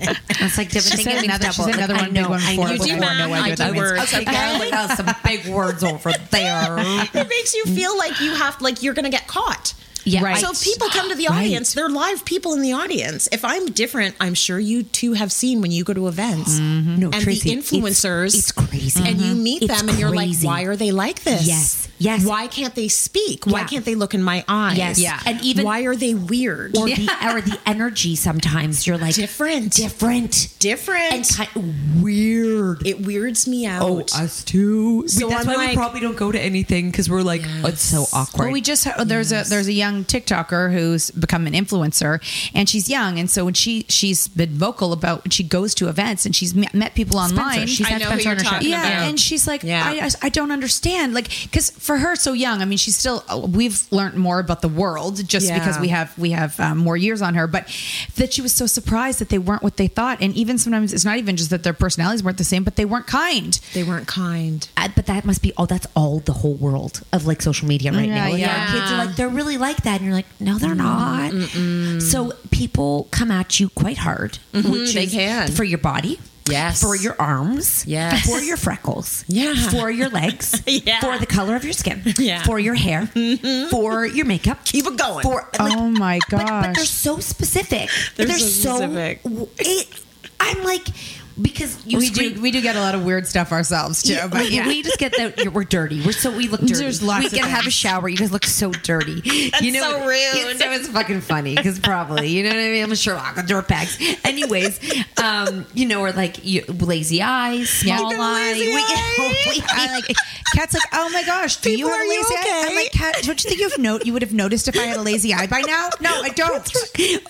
[SPEAKER 3] It's like different
[SPEAKER 4] She said another- she said another one, big one before-
[SPEAKER 3] I know,
[SPEAKER 4] before I know what
[SPEAKER 3] I
[SPEAKER 4] that
[SPEAKER 3] do
[SPEAKER 4] means.
[SPEAKER 3] words.
[SPEAKER 4] Okay,
[SPEAKER 3] Okay, that's some big words over there.
[SPEAKER 2] it makes you feel like you have like you're going to get caught.
[SPEAKER 3] Yeah. Right.
[SPEAKER 2] So people come to the
[SPEAKER 3] Right.
[SPEAKER 2] audience. They're live people in the audience. If I'm different, I'm sure you too have seen when you go to events
[SPEAKER 3] No,
[SPEAKER 2] Mm-hmm. and
[SPEAKER 3] Tracy,
[SPEAKER 2] the
[SPEAKER 3] it's-
[SPEAKER 2] influencers.
[SPEAKER 3] it's crazy.
[SPEAKER 2] And you
[SPEAKER 3] Mhm.
[SPEAKER 2] meet
[SPEAKER 3] Mm-hmm. It's
[SPEAKER 2] them and you're
[SPEAKER 3] crazy.
[SPEAKER 2] like, why are they like this?
[SPEAKER 3] Yes, yes.
[SPEAKER 2] Why can't they speak? Why can't they look in my eyes?
[SPEAKER 3] Yes. Yeah. And even-
[SPEAKER 2] why are they weird?
[SPEAKER 3] Or the or the energy sometimes you're like
[SPEAKER 2] different,
[SPEAKER 3] different,
[SPEAKER 2] different,
[SPEAKER 3] and kind weird.
[SPEAKER 2] It weirds me out.
[SPEAKER 10] Oh, us too. We-
[SPEAKER 2] So
[SPEAKER 10] that's
[SPEAKER 2] I'm
[SPEAKER 10] why we
[SPEAKER 2] like-
[SPEAKER 10] probably don't go to anything because we're like, oh, it's so awkward.
[SPEAKER 4] Well, we just uh, there's a there's a young TikToker who's become an influencer, and she's young, and so when she she's been vocal about when she goes to events and she's met- met people
[SPEAKER 3] Spencer.
[SPEAKER 4] online.
[SPEAKER 3] She's I had know who Spencer on you're her show. talking
[SPEAKER 4] Yeah,
[SPEAKER 3] about.
[SPEAKER 4] and she's like,
[SPEAKER 3] Yeah.
[SPEAKER 4] I, I I don't understand, like, because for her so young, I mean, she's still uh, we've learned more about the world just
[SPEAKER 3] Yeah.
[SPEAKER 4] because we have we have um, more years on her, but that she was so surprised that they weren't what they thought, and even sometimes it's not even just that their personalities weren't the same, but they weren't kind.
[SPEAKER 2] They weren't kind.
[SPEAKER 3] Uh, but that must be all. That's all the whole world of like social media right
[SPEAKER 4] Mm, Yeah,
[SPEAKER 3] now. Like,
[SPEAKER 4] yeah.
[SPEAKER 3] our kids are like they're really like that, and you're like, no, they're not. So people come at you quite hard.
[SPEAKER 4] Mm-hmm,
[SPEAKER 2] Mhm,
[SPEAKER 3] which
[SPEAKER 2] they
[SPEAKER 3] is
[SPEAKER 2] can.
[SPEAKER 3] for your body.
[SPEAKER 2] Yes.
[SPEAKER 3] For your arms.
[SPEAKER 2] Yes.
[SPEAKER 3] For your freckles.
[SPEAKER 2] Yeah.
[SPEAKER 3] For your legs.
[SPEAKER 2] Yeah.
[SPEAKER 3] For the color of your skin.
[SPEAKER 2] Yeah.
[SPEAKER 3] For your hair.
[SPEAKER 4] Mm-hmm.
[SPEAKER 3] For your makeup.
[SPEAKER 2] Keep it going.
[SPEAKER 3] For
[SPEAKER 4] oh my gosh!
[SPEAKER 3] but they're so specific.
[SPEAKER 4] They're
[SPEAKER 3] They're,
[SPEAKER 4] so
[SPEAKER 3] so
[SPEAKER 4] specific.
[SPEAKER 3] w- It, I'm like because you
[SPEAKER 4] we
[SPEAKER 3] scream-
[SPEAKER 4] do we do get a lot of weird stuff ourselves too.
[SPEAKER 3] Yeah,
[SPEAKER 4] but
[SPEAKER 3] we,
[SPEAKER 4] yeah.
[SPEAKER 3] we just get that you're- we're dirty. We're so we look dirty.
[SPEAKER 4] There's lots
[SPEAKER 3] we
[SPEAKER 4] of
[SPEAKER 3] gotta have a
[SPEAKER 4] things.
[SPEAKER 3] shower. You guys look so dirty.
[SPEAKER 4] That's
[SPEAKER 3] you know,
[SPEAKER 4] so
[SPEAKER 3] It's, so it's fucking funny because probably you know what I mean. I'm a Sherlock on dirtbags. Anyways, um, you know, or like you, lazy eyes, small eye. We- we-
[SPEAKER 4] I like Kat's like, oh my gosh, do you
[SPEAKER 3] People,
[SPEAKER 4] have a
[SPEAKER 3] are you
[SPEAKER 4] lazy eye? I'm
[SPEAKER 3] okay?
[SPEAKER 4] like, Kat, don't you think you've no you would have noticed if I had a lazy eye by now? No, I don't.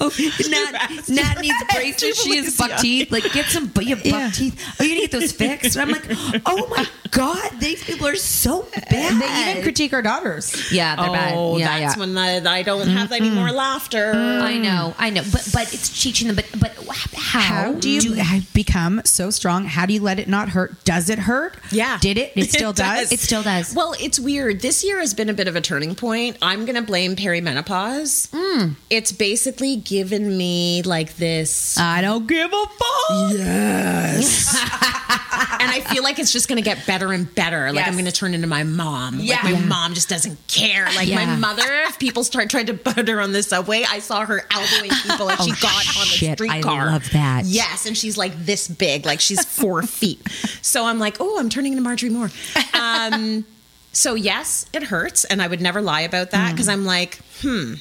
[SPEAKER 3] oh, Nat, Nat needs braces. She has buck teeth. Like, get some bu- you have buck teeth. Oh, you need to get those fixed. And I'm like, oh my god, these people are so bad.
[SPEAKER 4] They even critique our daughters.
[SPEAKER 3] Yeah, they're bad.
[SPEAKER 2] Oh,
[SPEAKER 3] Yeah, Mm-hmm.
[SPEAKER 2] that's
[SPEAKER 3] yeah.
[SPEAKER 2] when I, I don't have any more laughter.
[SPEAKER 3] I know, I know, but but it's teaching them. But but how,
[SPEAKER 4] How do you become so strong? How do you let it not hurt? Does it hurt?
[SPEAKER 2] Yeah.
[SPEAKER 4] Did it? It still does.
[SPEAKER 3] It still does.
[SPEAKER 2] Well, it's weird. This year has been a bit of a turning point. I'm going to blame perimenopause.
[SPEAKER 3] Mm.
[SPEAKER 2] It's basically given me like this.
[SPEAKER 4] I don't give a fuck.
[SPEAKER 2] Yes. and I feel like it's just going to get better and better. Like I'm going to turn into my mom.
[SPEAKER 11] Yeah.
[SPEAKER 2] Like my
[SPEAKER 11] Yeah.
[SPEAKER 2] mom just doesn't care. Like my
[SPEAKER 11] Yeah.
[SPEAKER 2] mother, if people start trying to put her on the subway, I saw her elbowing people and she got on
[SPEAKER 11] Oh,
[SPEAKER 2] the
[SPEAKER 11] shit, I
[SPEAKER 2] streetcar.
[SPEAKER 11] love that.
[SPEAKER 2] Yes, and she's like this big, like she's four feet. So I'm like, oh, I'm turning into Marjorie Moore. Um, so yes, it hurts, and I would never lie about that because I'm like, hmm.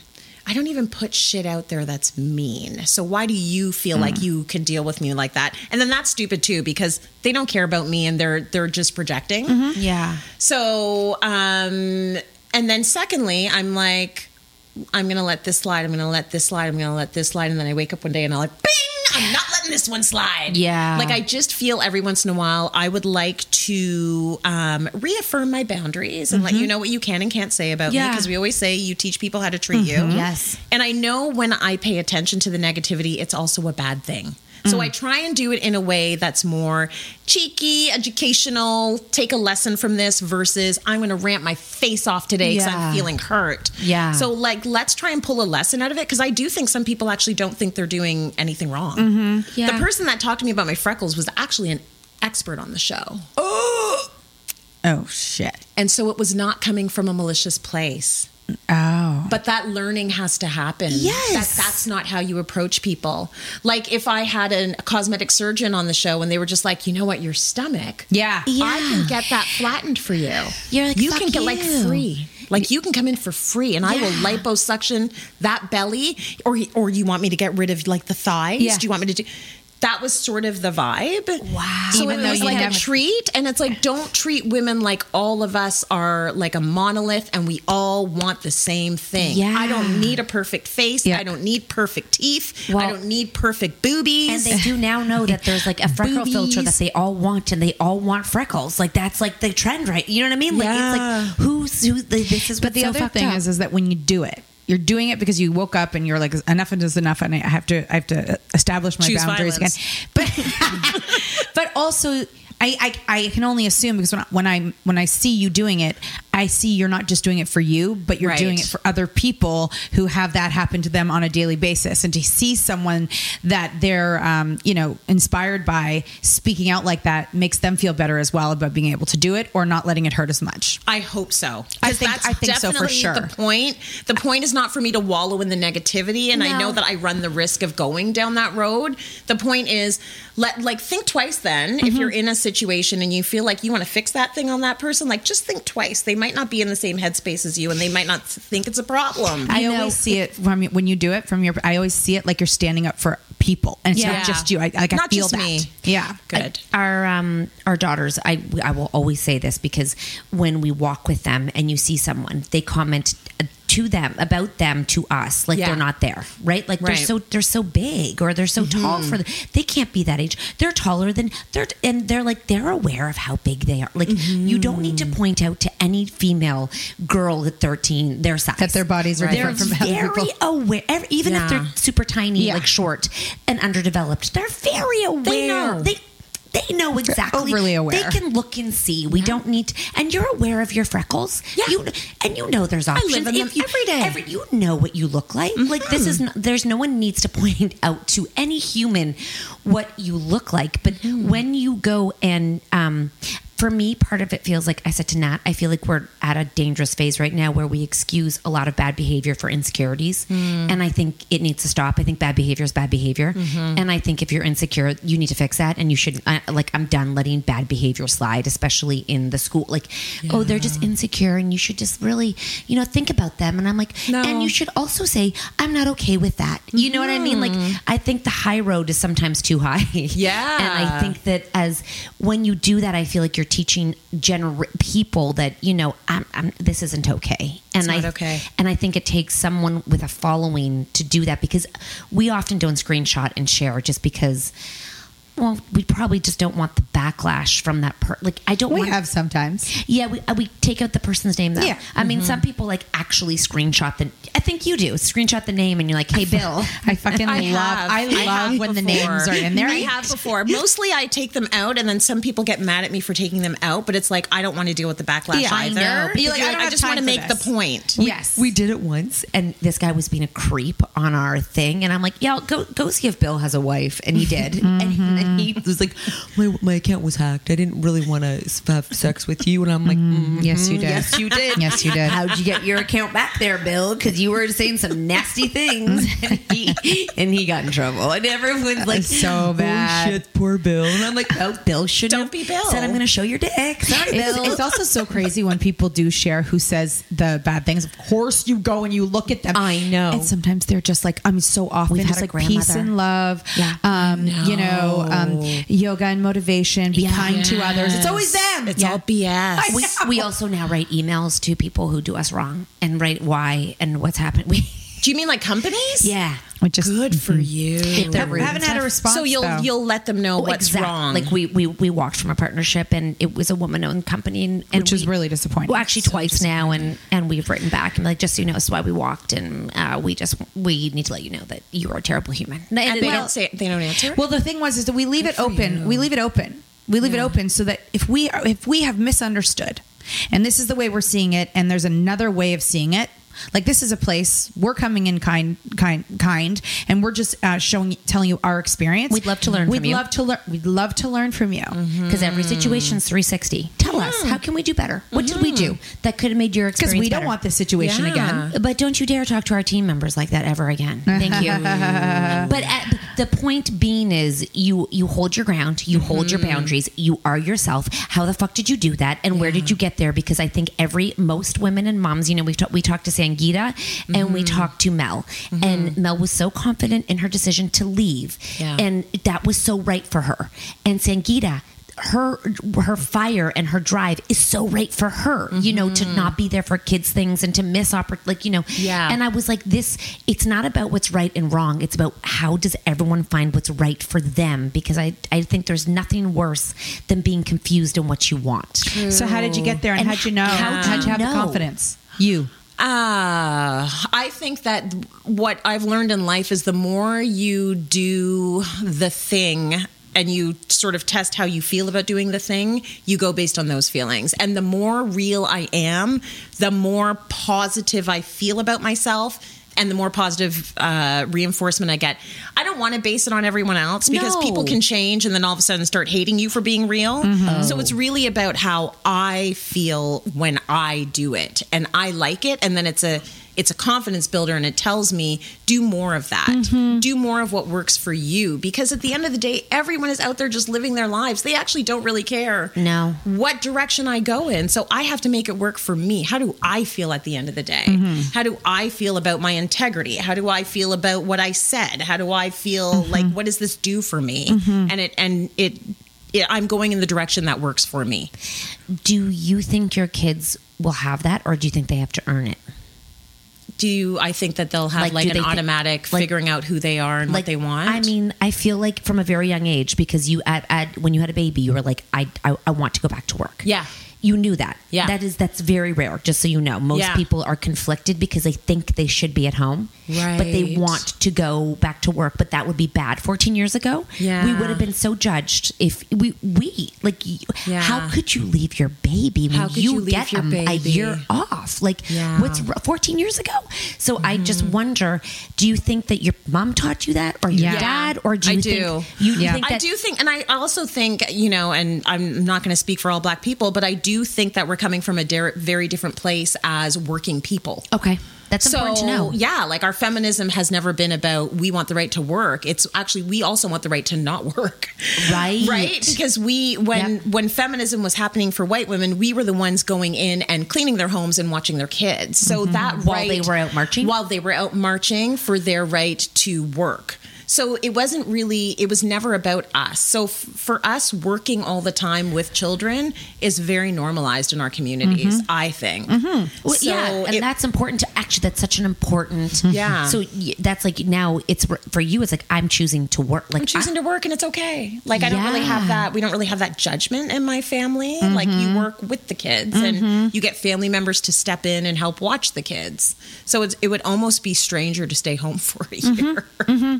[SPEAKER 2] I don't even put shit out there that's mean. So why do you feel like you can deal with me like that? And then that's stupid too because they don't care about me and they're they're just projecting.
[SPEAKER 3] Yeah.
[SPEAKER 2] So, um, and then secondly, I'm like, I'm gonna let this slide. I'm gonna let this slide. I'm gonna let this slide. And then I wake up one day and I'm like, bing! I'm not letting this one slide.
[SPEAKER 11] Yeah.
[SPEAKER 2] Like I just feel every once in a while I would like to um, reaffirm my boundaries and let
[SPEAKER 11] Mhm.
[SPEAKER 2] you know what you can and can't say about me
[SPEAKER 11] Yeah.
[SPEAKER 2] because we always say you teach people how to
[SPEAKER 11] Mhm.
[SPEAKER 2] treat you.
[SPEAKER 11] Yes.
[SPEAKER 2] Mm-hmm. And I know when I pay attention to the negativity, it's also a bad thing. So
[SPEAKER 11] Mm.
[SPEAKER 2] I try and do it in a way that's more cheeky, educational, take a lesson from this versus I'm going to rant my face off today because
[SPEAKER 11] Yeah.
[SPEAKER 2] I'm feeling hurt.
[SPEAKER 11] Yeah.
[SPEAKER 2] So, like, let's try and pull a lesson out of it because I do think some people actually don't think they're doing anything wrong.
[SPEAKER 11] Mhm. Yeah.
[SPEAKER 2] The person that talked to me about my freckles was actually an expert on the show.
[SPEAKER 4] Oh shit.
[SPEAKER 2] And so it was not coming from a malicious place.
[SPEAKER 4] Oh.
[SPEAKER 2] But that learning has to happen. Yes. That, that's not how you approach people. Like if I had an, a cosmetic surgeon on the show and they were just like, you know what, your stomach.
[SPEAKER 4] Yeah.
[SPEAKER 2] I can get that flattened for you.
[SPEAKER 11] You're like,
[SPEAKER 2] you
[SPEAKER 11] "Fuck
[SPEAKER 2] can get like
[SPEAKER 11] you."
[SPEAKER 2] free. Like you can come in for free and I will
[SPEAKER 11] Yeah.
[SPEAKER 2] liposuction that belly or or you want me to get rid of like the thighs?
[SPEAKER 11] Yeah.
[SPEAKER 2] Do you want me to do that was sort of the vibe. Wow. So
[SPEAKER 11] Even
[SPEAKER 2] it
[SPEAKER 11] though
[SPEAKER 2] was
[SPEAKER 11] you
[SPEAKER 2] like a
[SPEAKER 11] never-
[SPEAKER 2] treat. And it's like, don't treat women like all of us are like a monolith and we all want the same thing.
[SPEAKER 11] Yeah.
[SPEAKER 2] I don't need a perfect face. I don't need perfect teeth. I don't need perfect boobies.
[SPEAKER 3] And they do now know that there's like a freckle filter that
[SPEAKER 2] Boobies.
[SPEAKER 3] they all want, and they all want freckles. Like that's like the trend, right? You know what I mean? Like it's like who's who? This is
[SPEAKER 4] But the other thing is, is that when you do it, you're doing it because you woke up and you're like, enough is enough, and I have to, I have to establish my
[SPEAKER 11] Choose
[SPEAKER 4] boundaries
[SPEAKER 11] violence.
[SPEAKER 4] again. But, but also. I, I, I can only assume because when I, when I when I see you doing it, I see you're not just doing it for you, but you're
[SPEAKER 11] Right.
[SPEAKER 4] doing it for other people who have that happen to them on a daily basis. And to see someone that they're um, you know inspired by speaking out like that makes them feel better as well about being able to do it or not letting it hurt as much.
[SPEAKER 2] I hope so.
[SPEAKER 4] I
[SPEAKER 2] 'Cause
[SPEAKER 4] think-
[SPEAKER 2] that's
[SPEAKER 4] I think so for
[SPEAKER 2] definitely
[SPEAKER 4] sure.
[SPEAKER 2] The point. The point is not for me to wallow in the negativity, and I
[SPEAKER 11] No.
[SPEAKER 2] know that I run the risk of going down that road. The point is, let like think twice. Then, if
[SPEAKER 11] Mhm.
[SPEAKER 2] you're in a situation and you feel like you want to fix that thing on that person, like just think twice. They might not be in the same headspace as you, and they might not think it's a problem.
[SPEAKER 4] I always see it from when you do it from your. I always see it like you're standing up for people, and it's
[SPEAKER 3] Yeah.
[SPEAKER 4] not just you. I like I
[SPEAKER 3] Not
[SPEAKER 4] feel
[SPEAKER 3] just
[SPEAKER 4] that.
[SPEAKER 3] me.
[SPEAKER 4] Yeah,
[SPEAKER 2] good.
[SPEAKER 3] our um our daughters, I I will always say this because when we walk with them and you see someone, they comment uh, to them about them to us like
[SPEAKER 11] Yeah.
[SPEAKER 3] they're not there, right? Like
[SPEAKER 11] Right.
[SPEAKER 3] they're so they're so big or they're so tall
[SPEAKER 11] Mhm.
[SPEAKER 3] for the, they can't be that age. They're taller than they're and they're like they're aware of how big they are. Like you don't need to point out to any female girl at 13 their size that their
[SPEAKER 4] bodies
[SPEAKER 11] are
[SPEAKER 3] they're
[SPEAKER 11] different from other
[SPEAKER 3] very
[SPEAKER 11] people.
[SPEAKER 3] aware ev- even
[SPEAKER 11] Yeah.
[SPEAKER 3] if they're super tiny, like short and underdeveloped. They're very aware. They know. They they know exactly.
[SPEAKER 11] overly aware.
[SPEAKER 3] They can look and see. We don't need. and you're aware of your freckles. Yeah. You, and you know there's
[SPEAKER 11] I live
[SPEAKER 3] options.
[SPEAKER 11] in
[SPEAKER 3] If
[SPEAKER 11] them
[SPEAKER 3] you,
[SPEAKER 11] every day. Mm-hmm.
[SPEAKER 3] you know what you look like. Like this is. Not, there's no one needs to point out to any human what you look like. But
[SPEAKER 11] Mm-hmm.
[SPEAKER 3] when you go and um, for me, part of it feels like I said to Nat, I feel like we're at a dangerous phase right now where we excuse a lot of bad behavior for insecurities.
[SPEAKER 11] Mm.
[SPEAKER 3] And I think it needs to stop. I think bad behavior is bad behavior.
[SPEAKER 2] Mm-hmm.
[SPEAKER 11] Mhm.
[SPEAKER 3] And I think if you're insecure, you need to fix that. And you should, I, like, I'm done letting bad behavior slide, especially in the school. Like, oh, they're just insecure. And you should just really, you know, think about them. And I'm like, and you should also say, I'm not okay with that. You know what I mean?
[SPEAKER 2] Mm-hmm.
[SPEAKER 3] Like, I think the high road is sometimes too high. Yeah. and I think that as when you do that, I feel like you're teaching gener- people that, you know, I'm, I'm, this isn't okay. And
[SPEAKER 2] It's not
[SPEAKER 3] I,
[SPEAKER 2] okay.
[SPEAKER 3] and I think it takes someone with a following to do that because we often don't screenshot and share just because. Well, we probably just don't want the backlash from that. Per- like, I don't.
[SPEAKER 4] We
[SPEAKER 3] want-
[SPEAKER 4] have sometimes.
[SPEAKER 3] Yeah, we, uh, we take out the person's name though.
[SPEAKER 4] Yeah.
[SPEAKER 3] I mean,
[SPEAKER 4] Mhm.
[SPEAKER 3] some
[SPEAKER 10] Mm-hmm.
[SPEAKER 3] people like actually screenshot the. I think you do screenshot the name, and you're like, "Hey, Bill."
[SPEAKER 4] I fucking
[SPEAKER 2] I have. have before. I
[SPEAKER 3] I
[SPEAKER 2] have before. Mostly, I take them out, and then some people get mad at me for taking them out. But it's like I don't want to deal with the backlash
[SPEAKER 3] Yeah, I
[SPEAKER 2] either.
[SPEAKER 3] know,
[SPEAKER 2] You're like,
[SPEAKER 3] because
[SPEAKER 2] I,
[SPEAKER 3] I don't have
[SPEAKER 2] just
[SPEAKER 3] time
[SPEAKER 2] want to
[SPEAKER 3] for
[SPEAKER 2] make
[SPEAKER 3] this.
[SPEAKER 2] the point.
[SPEAKER 3] yes, we did it once, and this guy was being a creep on our thing, and I'm like, "Yeah, go go see if Bill has a wife," and he did, and, he, and
[SPEAKER 10] And he was like, my, my account was hacked. I didn't really want to have sex with you. And I'm like, mm,
[SPEAKER 4] yes, you
[SPEAKER 10] mhm,
[SPEAKER 4] did.
[SPEAKER 10] Yes, you
[SPEAKER 6] did.
[SPEAKER 4] Yes, you did.
[SPEAKER 6] How'd you get your account back there, Bill? Because you were saying some nasty things, and he, and he got in trouble. And everyone's like,
[SPEAKER 4] so bad.
[SPEAKER 10] Holy shit, poor Bill. And I'm like,
[SPEAKER 6] oh, Bill shouldn't Don't be Bill. Said I'm going to show your dick. Sorry,
[SPEAKER 4] It's,
[SPEAKER 6] Bill.
[SPEAKER 4] it's also so crazy when people do share who says the bad things. Of course, you go and you look at them. I know. And sometimes they're just like, I'm so off.
[SPEAKER 3] We've
[SPEAKER 4] and
[SPEAKER 3] had
[SPEAKER 4] just
[SPEAKER 3] a
[SPEAKER 4] like peace
[SPEAKER 3] grandmother.
[SPEAKER 4] and love. Yeah. Um, You know, um, yoga and motivation. Be kind to others. It's always them.
[SPEAKER 2] It's all BS.
[SPEAKER 3] We, we also now write emails to people who do us wrong and write why and what's happened. We,
[SPEAKER 2] Do you mean like companies?
[SPEAKER 3] yeah.
[SPEAKER 4] good
[SPEAKER 6] Mm-hmm.
[SPEAKER 2] for you.
[SPEAKER 3] they're
[SPEAKER 2] I
[SPEAKER 3] rude and
[SPEAKER 2] haven't had a
[SPEAKER 3] stuff.
[SPEAKER 2] response. So you'll
[SPEAKER 3] though.
[SPEAKER 2] you'll let them know
[SPEAKER 3] Oh,
[SPEAKER 2] what's
[SPEAKER 3] exact-
[SPEAKER 2] wrong.
[SPEAKER 3] Like we, we we walked from a partnership and it was a woman owned company and, and
[SPEAKER 4] Which is
[SPEAKER 3] we-
[SPEAKER 4] really disappointing.
[SPEAKER 3] Well, actually twice now and and we've written back and like just so you know it's why we walked and uh, we just we need to let you know that you are a terrible human. And,
[SPEAKER 2] and they
[SPEAKER 3] well,
[SPEAKER 2] don't say they don't answer.
[SPEAKER 4] Well, the thing was is that we leave it open. We leave it open. We leave it open so that if we are, if we have misunderstood, and this is the way we're seeing it, and there's another way of seeing it. Like this is a place we're coming in kind, kind, kind, and we're just uh, showing, telling you our experience.
[SPEAKER 3] We'd love to learn
[SPEAKER 4] We'd
[SPEAKER 3] from you. Mm-hmm.
[SPEAKER 4] love to learn. We'd love to learn from you.
[SPEAKER 3] because every situation's 360. Tell us, how can we do better? What did we do that could have made your
[SPEAKER 4] Because
[SPEAKER 3] experience
[SPEAKER 4] we don't
[SPEAKER 3] better?
[SPEAKER 4] want this situation again.
[SPEAKER 3] But don't you dare talk to our team members like that ever again. Thank you. but at, the point being is you you hold your ground, you hold your boundaries, you are yourself. How the fuck did you do that? And where did you get there? Because I think every most women and moms, you know, we talk, we talked to Sangita and we talked to Mel, and Mel was so confident in her decision to leave,
[SPEAKER 2] Yeah.
[SPEAKER 3] and that was so right for her. And Sangita her her fire and her drive is so right for her you know to not be there for kids things and to miss oppor- like you know
[SPEAKER 2] Yeah.
[SPEAKER 3] and i was like this it's not about what's right and wrong it's about how does everyone find what's right for them because i i think there's nothing worse than being confused in what you want
[SPEAKER 4] So how did you get there, and,
[SPEAKER 3] And
[SPEAKER 4] how'd you know?
[SPEAKER 3] how do
[SPEAKER 4] how'd you
[SPEAKER 3] you
[SPEAKER 4] have the
[SPEAKER 3] know?
[SPEAKER 4] confidence? You.
[SPEAKER 2] Uh, I think that what I've learned in life is the more you do the thing and you sort of test how you feel about doing the thing, you go based on those feelings. And the more real I am, the more positive I feel about myself. And the more positive uh, reinforcement I get, I don't want to base it on everyone else because
[SPEAKER 3] No.
[SPEAKER 2] people can change and then all of a sudden start hating you for being real. So it's really about how I feel when I do it and I like it and then it's a it's a confidence builder and it tells me do more of that. Do more of what works for you because at the end of the day everyone is out there just living their lives. They actually don't really care
[SPEAKER 3] No.
[SPEAKER 2] what direction I go in. So I have to make it work for me. How do I feel at the end of the day?
[SPEAKER 3] Mm-hmm.
[SPEAKER 2] How do I feel about my integrity? How do I feel about what I said? How do I feel
[SPEAKER 3] Mm-hmm.
[SPEAKER 2] like what does this do for me? And it and it, it I'm going in the direction that works for me.
[SPEAKER 3] do you think your kids will have that or do you think they have to earn it
[SPEAKER 2] Do you, I think that they'll have
[SPEAKER 3] Like,
[SPEAKER 2] like,
[SPEAKER 3] do
[SPEAKER 2] an
[SPEAKER 3] they thi-
[SPEAKER 2] automatic
[SPEAKER 3] like-
[SPEAKER 2] figuring out who they are and what they want?
[SPEAKER 3] I mean, I feel like from a very young age, because you at, at when you had a baby, you were like, I, I I want to go back to work.
[SPEAKER 2] Yeah.
[SPEAKER 3] You knew that.
[SPEAKER 2] Yeah.
[SPEAKER 3] That is that's very rare, just so you know. Most
[SPEAKER 2] Yeah.
[SPEAKER 3] people are conflicted because they think they should be at home. But they
[SPEAKER 2] Right.
[SPEAKER 3] want to go back to work. But that would be bad. Fourteen years ago,
[SPEAKER 2] Yeah.
[SPEAKER 3] we would have been so judged if we we like y-
[SPEAKER 2] Yeah.
[SPEAKER 3] how could you leave your baby when
[SPEAKER 2] How could you leave
[SPEAKER 3] get
[SPEAKER 2] your
[SPEAKER 3] a, a
[SPEAKER 2] baby?
[SPEAKER 3] year off? Like
[SPEAKER 2] Yeah.
[SPEAKER 3] what's r- 14 years ago. So I just
[SPEAKER 2] Mm-hmm.
[SPEAKER 3] wonder, do you think that your mom taught you that or your
[SPEAKER 4] Yeah.
[SPEAKER 3] dad or do
[SPEAKER 2] I
[SPEAKER 3] you
[SPEAKER 2] do.
[SPEAKER 3] think you
[SPEAKER 4] Yeah.
[SPEAKER 3] think
[SPEAKER 2] I
[SPEAKER 3] that
[SPEAKER 2] do think, and I also think, you know, and I'm not going to speak for all black people, but I do think that we're coming from a der- very different place as working people.
[SPEAKER 3] Okay. That's important to know.
[SPEAKER 2] Yeah, like our feminism has never been about we want the right to work. It's actually we also want the right to not work.
[SPEAKER 3] Right.
[SPEAKER 2] Right? Because we when
[SPEAKER 3] Yep.
[SPEAKER 2] when feminism was happening for white women, we were the ones going in and cleaning their homes and watching their kids. So that
[SPEAKER 3] Mm-hmm. While
[SPEAKER 2] right-
[SPEAKER 3] they were out marching?
[SPEAKER 2] While they were out marching for their right to work. So it wasn't really it was never about us. So f- for us working all the time with children is very normalized in our communities, I think.
[SPEAKER 3] Mm-hmm. Well,
[SPEAKER 2] So
[SPEAKER 3] yeah, and
[SPEAKER 2] it-
[SPEAKER 3] that's important to actually. That's such an important.
[SPEAKER 2] Yeah.
[SPEAKER 3] So y- that's like now it's for you. It's like I'm choosing to work. Like
[SPEAKER 2] I'm choosing to work and it's okay. Like I don't really
[SPEAKER 3] Yeah. Mm-hmm.
[SPEAKER 2] have that. We don't really have that judgment in my family. Like you work with the kids and you get family members to step in and help watch the kids. So it's, it would almost be stranger to stay home for a
[SPEAKER 3] Mm-hmm.
[SPEAKER 2] year.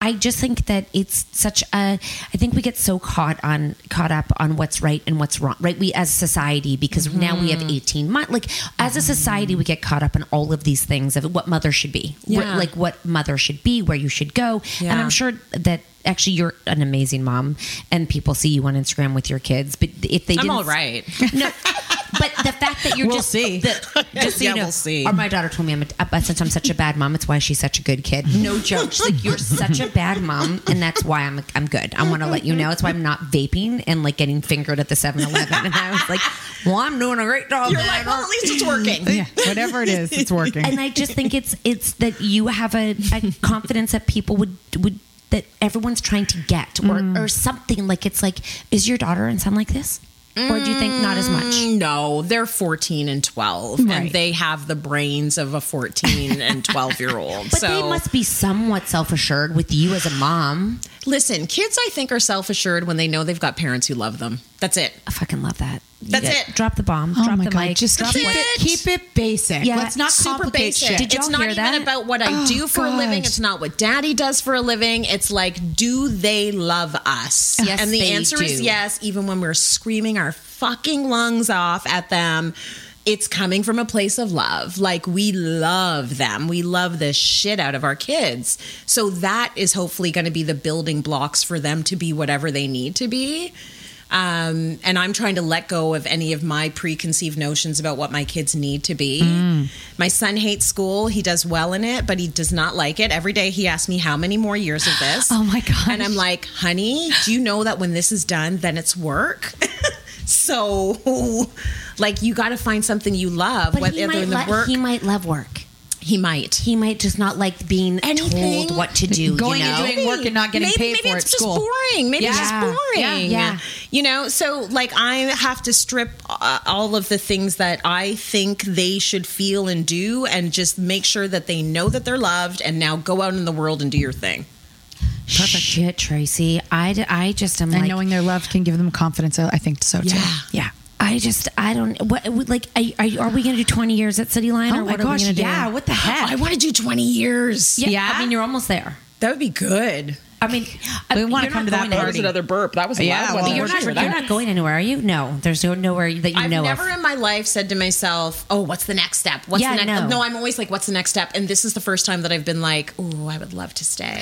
[SPEAKER 3] I just think that it's such a. I think we get so caught on caught up on what's right and what's wrong, right? We as society, because now we have
[SPEAKER 2] Mm-hmm.
[SPEAKER 3] eighteen months. Like as a society, we get caught up in all of these things of what mother should be, where-
[SPEAKER 2] Yeah.
[SPEAKER 3] like what mother should be, where you should go. And
[SPEAKER 2] Yeah.
[SPEAKER 3] I'm sure that actually you're an amazing mom, and people see you on Instagram with your kids. But if they
[SPEAKER 2] I'm
[SPEAKER 3] didn't,
[SPEAKER 2] all right.
[SPEAKER 3] No, but the fact that you're
[SPEAKER 2] We'll
[SPEAKER 3] just
[SPEAKER 2] see.
[SPEAKER 3] the- just so
[SPEAKER 2] Yeah,
[SPEAKER 3] you know,
[SPEAKER 2] we'll see.
[SPEAKER 3] or my daughter told me I'm a, uh, since I'm such a bad mom, it's why she's such a good kid. No joke. She's like, you're such a bad mom, and that's why I'm I'm good. I want to let you know. It's why I'm not vaping and like getting fingered at the 7-Eleven. And I was like, well, I'm doing a great job.
[SPEAKER 2] You're
[SPEAKER 3] man.
[SPEAKER 2] like, well, at least it's working.
[SPEAKER 4] Yeah, whatever it is, it's working.
[SPEAKER 3] And I just think it's it's that you have a, a confidence that people would would that everyone's trying to get or
[SPEAKER 2] Mm.
[SPEAKER 3] or something like it's like is your daughter and son like this or do you think not as much?
[SPEAKER 2] Mm, No, they're 14 and 12, and
[SPEAKER 3] Right.
[SPEAKER 2] they have the brains of a 14 and 12 year old.
[SPEAKER 3] But
[SPEAKER 2] so
[SPEAKER 3] they must be somewhat self assured with you as a mom.
[SPEAKER 2] listen, kids, I think, are self assured when they know they've got parents who love them. That's it.
[SPEAKER 3] I fucking love that. You
[SPEAKER 2] That's
[SPEAKER 3] get-
[SPEAKER 2] it.
[SPEAKER 3] Drop the bomb.
[SPEAKER 4] Oh
[SPEAKER 3] drop
[SPEAKER 4] my
[SPEAKER 3] the
[SPEAKER 4] God,
[SPEAKER 3] mic.
[SPEAKER 4] just
[SPEAKER 3] drop
[SPEAKER 4] keep it, keep it basic.
[SPEAKER 3] Yeah.
[SPEAKER 4] Let's not
[SPEAKER 2] super
[SPEAKER 4] complicate
[SPEAKER 2] basic.
[SPEAKER 4] shit.
[SPEAKER 3] Did y'all
[SPEAKER 2] it's not
[SPEAKER 3] hear
[SPEAKER 2] even
[SPEAKER 3] that?
[SPEAKER 2] about what I
[SPEAKER 4] Oh,
[SPEAKER 2] do for a living.
[SPEAKER 4] God.
[SPEAKER 2] It's not what daddy does for a living. It's like, do they love us?
[SPEAKER 3] Yes,
[SPEAKER 2] and the
[SPEAKER 3] they
[SPEAKER 2] answer is
[SPEAKER 3] do.
[SPEAKER 2] yes, even when we're screaming our fucking lungs off at them. It's coming from a place of love. Like, we love them. We love the shit out of our kids. So, that is hopefully going to be the building blocks for them to be whatever they need to be um, and I'm trying to let go of any of my preconceived notions about what my kids need to be.
[SPEAKER 4] Mm.
[SPEAKER 2] My son hates school. He does well in it, but he does not like it. Every day he asks me, How many more years of this?
[SPEAKER 4] Oh my gosh.
[SPEAKER 2] And I'm like, Honey, do you know that when this is done, then it's work? so, like, you got to find something you love,
[SPEAKER 3] But
[SPEAKER 2] whether
[SPEAKER 3] he might,
[SPEAKER 2] in the
[SPEAKER 3] lo-
[SPEAKER 2] work.
[SPEAKER 3] he might love work.
[SPEAKER 2] He might.
[SPEAKER 3] He might just not like being
[SPEAKER 2] Anything.
[SPEAKER 3] told what to do.
[SPEAKER 4] Going
[SPEAKER 3] you
[SPEAKER 4] and
[SPEAKER 3] know?
[SPEAKER 4] doing work and not getting
[SPEAKER 2] maybe,
[SPEAKER 4] paid
[SPEAKER 2] maybe
[SPEAKER 4] for
[SPEAKER 2] it's
[SPEAKER 4] at
[SPEAKER 2] just
[SPEAKER 4] school.
[SPEAKER 2] boring maybe it's just
[SPEAKER 3] Yeah.
[SPEAKER 2] boring
[SPEAKER 3] Yeah, yeah.
[SPEAKER 2] you know so like i have to strip uh, all of the things that i think they should feel and do and just make sure that they know that they're loved and now go out in the world and do your thing
[SPEAKER 3] Shit, Tracy. I, d- I just am
[SPEAKER 4] And
[SPEAKER 3] like
[SPEAKER 4] knowing their love can give them confidence. I I think so too.
[SPEAKER 2] Yeah.
[SPEAKER 4] Yeah.
[SPEAKER 3] I just I don't what like are, are, are we going to do twenty years at City Line?
[SPEAKER 4] Oh
[SPEAKER 3] or
[SPEAKER 4] my
[SPEAKER 3] what
[SPEAKER 4] gosh.
[SPEAKER 3] Are we gonna do?
[SPEAKER 4] Yeah. What the heck?
[SPEAKER 2] i want to do 20 years
[SPEAKER 3] yeah.
[SPEAKER 4] Yeah?
[SPEAKER 3] I mean, you're almost there.
[SPEAKER 2] that would be good
[SPEAKER 3] I mean,
[SPEAKER 4] We wanna come to that
[SPEAKER 3] part.
[SPEAKER 4] party.
[SPEAKER 2] burp that was a
[SPEAKER 4] Yeah,
[SPEAKER 2] loud
[SPEAKER 4] well,
[SPEAKER 2] one.
[SPEAKER 3] But you're
[SPEAKER 2] We're
[SPEAKER 3] not,
[SPEAKER 2] sure
[SPEAKER 3] you're
[SPEAKER 2] that-
[SPEAKER 3] not going anywhere, are you? No, there's no nowhere that you
[SPEAKER 2] I've
[SPEAKER 3] know
[SPEAKER 2] never
[SPEAKER 3] of.
[SPEAKER 2] in my life said to myself, "Oh, what's the next step? What's
[SPEAKER 3] Yeah,
[SPEAKER 2] the next?"
[SPEAKER 3] no.
[SPEAKER 2] I'm always like, "What's the next step?" And this is the first time that I've been like, "Oh, I would love to stay."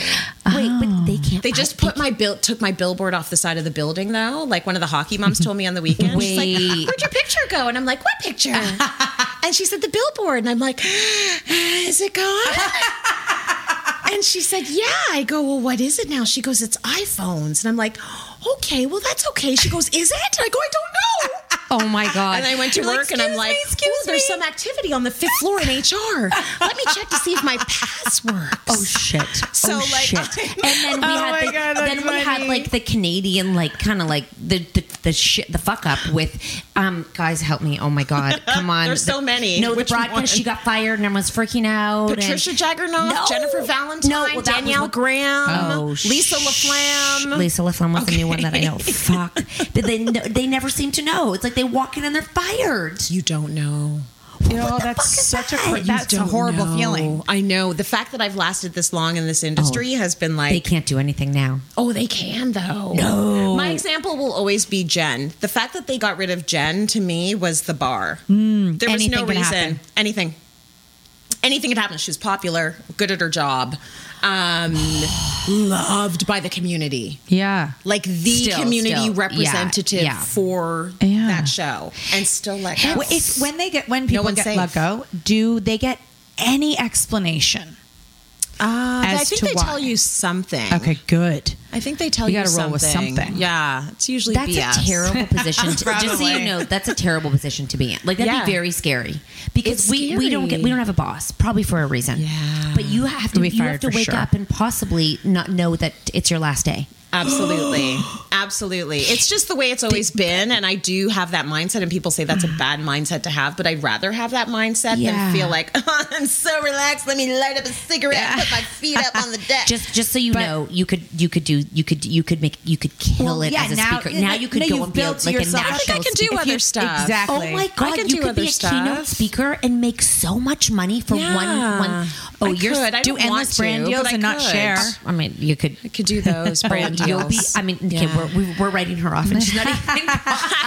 [SPEAKER 3] Wait, but they can't.
[SPEAKER 2] They just
[SPEAKER 3] I-
[SPEAKER 2] put my bill took my billboard off the side of the building though. Like one of the hockey moms told me on the weekend. She's like,
[SPEAKER 3] Mm-hmm. Wait.
[SPEAKER 2] Where'd your picture go? And I'm like, What picture? and she said the billboard. And I'm like, "Ah, Is it gone? and she said, Yeah. I go, Well, what is it now? She goes, It's iPhones. And I'm like, Okay, well that's okay. She goes, Is it? And I go, I don't know.
[SPEAKER 3] Oh my god!
[SPEAKER 2] And I went to
[SPEAKER 3] You're like,
[SPEAKER 2] work Uh, and I'm
[SPEAKER 3] "Excuse
[SPEAKER 2] like,
[SPEAKER 3] me, excuse
[SPEAKER 2] "Ooh, there's
[SPEAKER 3] me."
[SPEAKER 2] some activity on the fifth floor in HR. Let me check to see if my pass works.
[SPEAKER 3] Oh shit!
[SPEAKER 2] So,
[SPEAKER 3] oh,
[SPEAKER 2] like,
[SPEAKER 3] shit.
[SPEAKER 2] I'm-
[SPEAKER 3] and then we
[SPEAKER 2] Oh my
[SPEAKER 3] had the,
[SPEAKER 2] God, that's
[SPEAKER 3] then we had
[SPEAKER 2] funny.
[SPEAKER 3] like the Canadian like kind of like the, the the shit the fuck up with um guys help me oh my god come on
[SPEAKER 2] There's so
[SPEAKER 3] The-
[SPEAKER 2] many.
[SPEAKER 3] no
[SPEAKER 2] Which
[SPEAKER 3] the broadcast
[SPEAKER 2] one?
[SPEAKER 3] she got fired and everyone's freaking out and-
[SPEAKER 2] Patricia Jaggernoff,
[SPEAKER 3] No.
[SPEAKER 2] Jennifer Valentine,
[SPEAKER 3] No, well, that was
[SPEAKER 2] Danielle
[SPEAKER 3] what-
[SPEAKER 2] Graham,
[SPEAKER 3] Oh,
[SPEAKER 2] Lisa LaFlamme.
[SPEAKER 3] Lisa LaFlamme was the new one that I know fuck but they no- they never seem to know it's like they walk in and they're fired
[SPEAKER 2] You don't know.
[SPEAKER 4] Oh, that's such a cr- that's a horrible feeling.
[SPEAKER 2] I know. The fact that I've lasted this long in this industry has been like,
[SPEAKER 3] Oh. they can't do anything now
[SPEAKER 2] oh, they can though.
[SPEAKER 3] No.
[SPEAKER 2] My example will always be Jen. The fact that they got rid of Jen to me was the bar.
[SPEAKER 3] Hmm.
[SPEAKER 2] there was no
[SPEAKER 4] anything could
[SPEAKER 2] reason.
[SPEAKER 4] happen.
[SPEAKER 2] Anything. Anything could happen. She was popular, good at her job, um, loved by the community.
[SPEAKER 4] Yeah.
[SPEAKER 2] like the
[SPEAKER 3] Still,
[SPEAKER 2] community
[SPEAKER 3] still, yeah,
[SPEAKER 2] representative
[SPEAKER 3] yeah.
[SPEAKER 2] for
[SPEAKER 4] Yeah.
[SPEAKER 2] that show and still let go.
[SPEAKER 4] Well, If, when they get when
[SPEAKER 2] No
[SPEAKER 4] people
[SPEAKER 2] one's
[SPEAKER 4] get
[SPEAKER 2] safe.
[SPEAKER 4] let go, do they get any explanation.
[SPEAKER 3] Ah,
[SPEAKER 2] Uh,
[SPEAKER 4] as
[SPEAKER 2] I think
[SPEAKER 4] to
[SPEAKER 2] they
[SPEAKER 4] why.
[SPEAKER 2] tell you something.
[SPEAKER 4] Okay, good.
[SPEAKER 2] I think they tell
[SPEAKER 4] We
[SPEAKER 2] you
[SPEAKER 4] gotta roll with something.
[SPEAKER 2] Yeah, it's usually
[SPEAKER 3] that's
[SPEAKER 2] BS.
[SPEAKER 3] a terrible position. To, just so
[SPEAKER 2] Probably.
[SPEAKER 3] you know, that's a terrible position to be in. Like that'd
[SPEAKER 2] Yeah.
[SPEAKER 3] be very scary because
[SPEAKER 2] It's
[SPEAKER 3] we we don't get
[SPEAKER 2] scary.
[SPEAKER 3] we don't have a boss probably for a reason. Yeah, but you have to
[SPEAKER 2] You'll be
[SPEAKER 3] you have
[SPEAKER 2] fired
[SPEAKER 3] to
[SPEAKER 2] for
[SPEAKER 3] wake
[SPEAKER 2] sure.
[SPEAKER 3] up and possibly not know that it's your last day.
[SPEAKER 2] Absolutely. Absolutely. It's just the way it's always been. And I do have that mindset. And people say that's a bad mindset to have, but I'd rather have that mindset
[SPEAKER 3] Mm. Yeah.
[SPEAKER 2] than feel like, "Oh, I'm so relaxed. Let me light up a cigarette and put my feet up on the deck.
[SPEAKER 3] Just just so you know, you could you could do you could you could make you could kill
[SPEAKER 2] Well,
[SPEAKER 3] it
[SPEAKER 2] yeah,
[SPEAKER 3] as a
[SPEAKER 2] now-
[SPEAKER 3] speaker. Now you could
[SPEAKER 2] now
[SPEAKER 3] go
[SPEAKER 2] you've
[SPEAKER 3] and build
[SPEAKER 2] built
[SPEAKER 3] like a
[SPEAKER 2] yourself-
[SPEAKER 3] national.
[SPEAKER 2] I think I can do
[SPEAKER 3] speaker.
[SPEAKER 2] other stuff. Exactly.
[SPEAKER 3] Oh my
[SPEAKER 2] I
[SPEAKER 3] god, you
[SPEAKER 2] can do
[SPEAKER 3] could
[SPEAKER 2] other
[SPEAKER 3] be a
[SPEAKER 2] stuff.
[SPEAKER 3] keynote speaker and make so much money for
[SPEAKER 2] Yeah.
[SPEAKER 3] one one.
[SPEAKER 2] I
[SPEAKER 3] Oh, you're
[SPEAKER 2] could. I
[SPEAKER 3] do
[SPEAKER 2] don't want
[SPEAKER 3] endless brand
[SPEAKER 2] to,
[SPEAKER 3] deals
[SPEAKER 2] but I
[SPEAKER 3] and not
[SPEAKER 2] could.
[SPEAKER 3] share. I mean, you could.
[SPEAKER 2] I could do those brand
[SPEAKER 3] You'll be.
[SPEAKER 2] deals.
[SPEAKER 3] I mean, okay,
[SPEAKER 2] Yeah.
[SPEAKER 3] we're, we- we're writing her off, and she's not even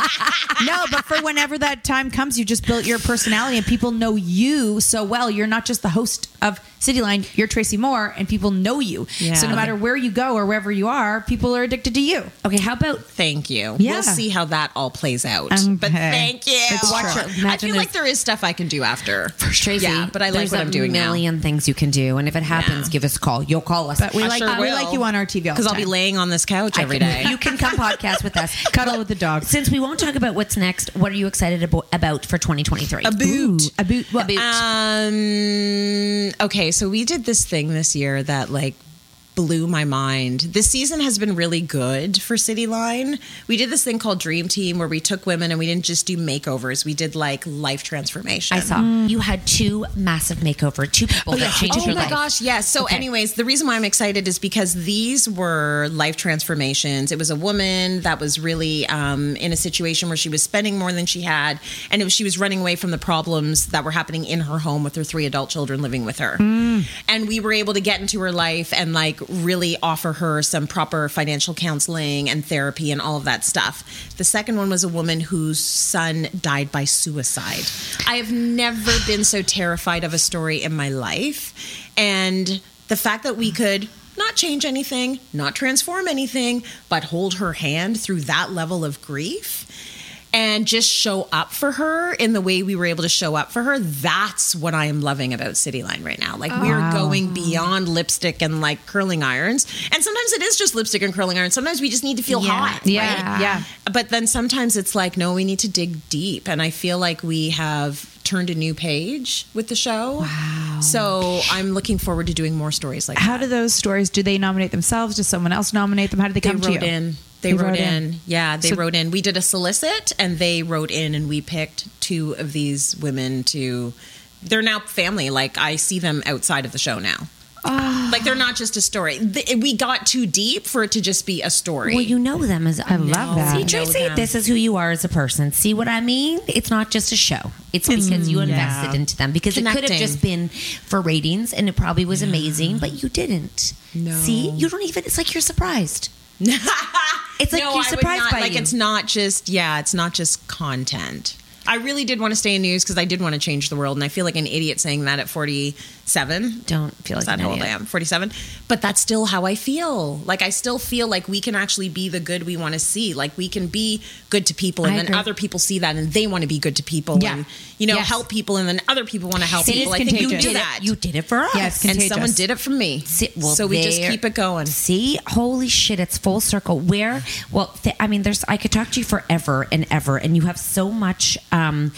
[SPEAKER 4] no, but for whenever that time comes, you just built your personality and people know you so well. You're not just the host of Cityline, you're Tracy Moore and people know you.
[SPEAKER 2] Yeah.
[SPEAKER 4] So no
[SPEAKER 2] Okay.
[SPEAKER 4] matter where you go or wherever you are, people are addicted to you.
[SPEAKER 3] Okay, how about
[SPEAKER 2] Thank you.
[SPEAKER 4] Yeah.
[SPEAKER 2] We'll see how that all plays out.
[SPEAKER 4] Okay.
[SPEAKER 2] But thank you.
[SPEAKER 4] It's
[SPEAKER 2] Watch
[SPEAKER 4] true.
[SPEAKER 2] it. I
[SPEAKER 4] Imagine
[SPEAKER 2] feel like there is stuff I can do after.
[SPEAKER 3] Tracy,
[SPEAKER 2] Yeah, but I like
[SPEAKER 3] there's
[SPEAKER 2] what
[SPEAKER 3] a
[SPEAKER 2] I'm doing now.
[SPEAKER 3] million things you can do, and if it happens, give us a call. You'll call us.
[SPEAKER 4] But we like we like you on our TV all the
[SPEAKER 2] Because I'll be
[SPEAKER 4] time.
[SPEAKER 2] laying on this couch
[SPEAKER 3] I
[SPEAKER 2] every
[SPEAKER 3] can-
[SPEAKER 2] day.
[SPEAKER 3] You can come podcast with us. Cuddle
[SPEAKER 4] with the dog.
[SPEAKER 3] Since we won't talk about what's next, what are you excited abo- about for 2023?
[SPEAKER 2] A boot.
[SPEAKER 4] a boot. What?
[SPEAKER 2] Um, okay, so we did this thing this year that like blew my mind. This season has been really good for City Line. We did this thing called Dream Team where we took women and we didn't just do makeovers. We did like life transformation.
[SPEAKER 3] I saw you had two massive makeover, two people that changed
[SPEAKER 2] Mm. oh
[SPEAKER 3] your
[SPEAKER 2] my
[SPEAKER 3] life.
[SPEAKER 2] gosh, yes. So, anyways, the reason why I'm excited is because these were life transformations. It was a woman that was really um, in a situation where she was spending more than she had, and it was, she was running away from the problems that were happening in her home with her three adult children living with her. And we were able to get into her life and like really offer her some proper financial counseling and therapy and all of that stuff. The second one was a woman whose son died by suicide. I have never been so terrified of a story in my life. And the fact that we could not change anything, not transform anything, but hold her hand through that level of grief and just show up for her in the way we were able to show up for her. That's what I am loving about City Line right now. Like we're
[SPEAKER 12] Wow.
[SPEAKER 2] going beyond lipstick and like curling irons. And sometimes it is just lipstick and curling irons. Sometimes we just need to feel
[SPEAKER 12] Yeah.
[SPEAKER 2] hot.
[SPEAKER 12] Yeah.
[SPEAKER 2] Right?
[SPEAKER 12] Yeah.
[SPEAKER 2] But then sometimes it's like, no, we need to dig deep. And I feel like we have turned a new page with the show. Wow. So I'm looking forward to doing more stories like that.
[SPEAKER 4] How do those stories do they nominate themselves? Does someone else nominate them? How do they
[SPEAKER 2] They
[SPEAKER 4] come to
[SPEAKER 2] wrote
[SPEAKER 4] you?
[SPEAKER 2] in. They, wrote, in. Yeah, they wrote in. We did a solicit and they wrote in and we picked two of these women to they're now family. Like I see them outside of the show now. Like they're not just a story. Th- we got too deep for it to just be a story.
[SPEAKER 3] Well, you know them as I
[SPEAKER 2] love that.
[SPEAKER 3] See,
[SPEAKER 2] Know
[SPEAKER 3] Tracy,
[SPEAKER 2] them.
[SPEAKER 3] this is who you are as a person. See what I mean? It's not just a show. It's because you invested
[SPEAKER 2] Mm, Yeah.
[SPEAKER 3] into them. Because it could have
[SPEAKER 2] Connecting.
[SPEAKER 3] just been for ratings, and it probably was amazing, but you didn't. No. See, you don't even. It's like you're surprised. it's like you're
[SPEAKER 2] No, I would
[SPEAKER 3] surprised
[SPEAKER 2] not-
[SPEAKER 3] by
[SPEAKER 2] like
[SPEAKER 3] you.
[SPEAKER 2] it's not just yeah, it's not just content. I really did want to stay in news because I did want to change the world, and I feel like an idiot saying that at forty-seven.
[SPEAKER 3] Don't feel
[SPEAKER 2] Is
[SPEAKER 3] like an
[SPEAKER 2] that how old I
[SPEAKER 3] idiot.
[SPEAKER 2] am? Forty-seven, but that's still how I feel. Like I still feel like we can actually be the good we want to see. Like we can be good to people, and
[SPEAKER 3] I
[SPEAKER 2] then
[SPEAKER 3] agree.
[SPEAKER 2] other people see that, and they want to be good to people,
[SPEAKER 3] Yeah.
[SPEAKER 2] and you know
[SPEAKER 3] Yes.
[SPEAKER 2] help people, and then other people want to help
[SPEAKER 3] See, it's
[SPEAKER 2] people. I think you
[SPEAKER 3] contagious.
[SPEAKER 2] do that.
[SPEAKER 3] You did it for us.
[SPEAKER 2] Yes, And contagious. someone did it for me.
[SPEAKER 3] See, well,
[SPEAKER 2] So we just
[SPEAKER 3] there-
[SPEAKER 2] keep it going.
[SPEAKER 3] See, holy shit, it's full circle. Where, well, th- I mean, there's, I could talk to you forever and ever, and you have so much um,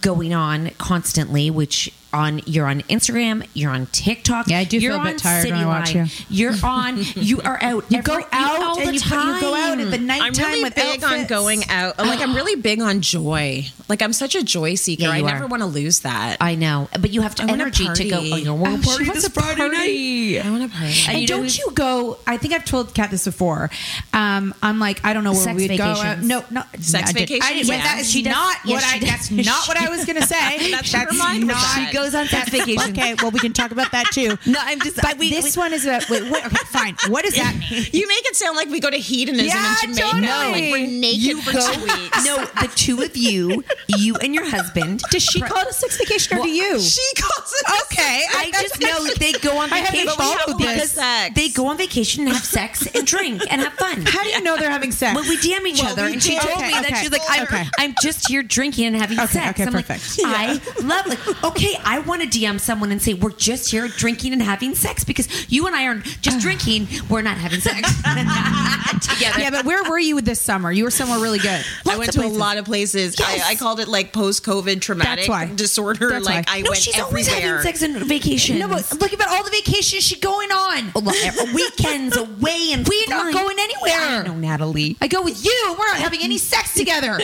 [SPEAKER 3] going on constantly, which on you're on Instagram, you're on TikTok. Yeah, I
[SPEAKER 4] do
[SPEAKER 3] you're
[SPEAKER 4] feel a bit
[SPEAKER 3] on
[SPEAKER 4] tired when I watch
[SPEAKER 3] Cityline,
[SPEAKER 4] you.
[SPEAKER 3] You're on. You are out.
[SPEAKER 4] You
[SPEAKER 3] every-
[SPEAKER 4] go out
[SPEAKER 3] all
[SPEAKER 4] and
[SPEAKER 3] the
[SPEAKER 4] you put- you go out at the
[SPEAKER 3] time.
[SPEAKER 4] night-
[SPEAKER 2] I'm
[SPEAKER 4] time
[SPEAKER 2] really
[SPEAKER 4] with
[SPEAKER 2] big on
[SPEAKER 4] outfits.
[SPEAKER 2] going out. Like I'm really big on joy. Like I'm such a joy seeker.
[SPEAKER 3] Yeah,
[SPEAKER 2] I
[SPEAKER 3] you
[SPEAKER 2] never
[SPEAKER 3] are.
[SPEAKER 2] want to lose that.
[SPEAKER 3] I know, but you have to
[SPEAKER 2] I wanna
[SPEAKER 3] energy to go. Oh,
[SPEAKER 2] party.
[SPEAKER 4] Uh,
[SPEAKER 3] you know, we'll
[SPEAKER 2] Oh,
[SPEAKER 3] party
[SPEAKER 2] she wants
[SPEAKER 3] this
[SPEAKER 2] a party night. I want to party.
[SPEAKER 4] And,
[SPEAKER 3] you know,
[SPEAKER 4] don't
[SPEAKER 3] we've-
[SPEAKER 4] you go? I think I've told Kat this before. Um, I'm like, I don't know where
[SPEAKER 3] Sex
[SPEAKER 4] we'd go. Out.
[SPEAKER 3] vacations.
[SPEAKER 4] No, no,
[SPEAKER 3] Sex
[SPEAKER 4] I did- I did-
[SPEAKER 3] vacations?
[SPEAKER 4] but that
[SPEAKER 3] Yeah.
[SPEAKER 4] is
[SPEAKER 3] She does-
[SPEAKER 4] not
[SPEAKER 3] yes,
[SPEAKER 4] what
[SPEAKER 3] she
[SPEAKER 4] I.
[SPEAKER 3] does.
[SPEAKER 4] That's not what I was gonna say.
[SPEAKER 3] That's where mine was at. She goes on sex vacations.
[SPEAKER 4] Okay, well, we can talk about that too.
[SPEAKER 3] No, I'm just-
[SPEAKER 4] But
[SPEAKER 3] we-
[SPEAKER 4] this
[SPEAKER 3] we-
[SPEAKER 4] one is about. Wait, what, okay, fine. What does that mean?
[SPEAKER 2] You make it sound like we go to hedonism
[SPEAKER 4] Yeah,
[SPEAKER 2] in Jamaica.
[SPEAKER 4] totally.
[SPEAKER 2] Like we're naked
[SPEAKER 3] You
[SPEAKER 2] for
[SPEAKER 3] go-
[SPEAKER 2] two weeks.
[SPEAKER 3] No, the two of you, you and your husband.
[SPEAKER 4] Does she call it a sex vacation or do you?
[SPEAKER 2] She calls it.
[SPEAKER 4] Okay,
[SPEAKER 3] I
[SPEAKER 4] that's
[SPEAKER 3] just
[SPEAKER 4] what
[SPEAKER 3] know they go on
[SPEAKER 4] I haven't
[SPEAKER 3] vacation
[SPEAKER 4] thought of
[SPEAKER 3] because
[SPEAKER 4] this.
[SPEAKER 2] Sex.
[SPEAKER 3] they go on vacation and have sex and drink and have fun.
[SPEAKER 4] How do you know they're having sex?
[SPEAKER 3] When we DM each
[SPEAKER 4] Well,
[SPEAKER 3] other,
[SPEAKER 4] we
[SPEAKER 3] and she
[SPEAKER 4] do.
[SPEAKER 3] told me
[SPEAKER 4] Okay,
[SPEAKER 3] that she's like,
[SPEAKER 4] okay,
[SPEAKER 3] I'm,
[SPEAKER 4] okay.
[SPEAKER 3] I'm just here drinking and having
[SPEAKER 4] Okay,
[SPEAKER 3] sex.
[SPEAKER 4] okay,
[SPEAKER 3] I'm
[SPEAKER 4] perfect.
[SPEAKER 3] like, I love, like, okay, I want to DM someone and say we're just here drinking and having sex because you and I are just drinking. We're not having sex.
[SPEAKER 4] yeah, but where were you this summer? You were somewhere really good.
[SPEAKER 2] I went to a lot of places. I, I called it like post COVID traumatic
[SPEAKER 4] That's why.
[SPEAKER 2] disorder.
[SPEAKER 4] That's
[SPEAKER 2] like
[SPEAKER 4] why.
[SPEAKER 2] I
[SPEAKER 4] No,
[SPEAKER 2] went
[SPEAKER 4] she's
[SPEAKER 2] everywhere.
[SPEAKER 4] always having
[SPEAKER 3] sex and vacation.
[SPEAKER 6] No, but
[SPEAKER 3] look about all the vacations she going on. weekends away and
[SPEAKER 4] we're not going anywhere.
[SPEAKER 6] No, Natalie.
[SPEAKER 4] I go with you. We're not having any sex together.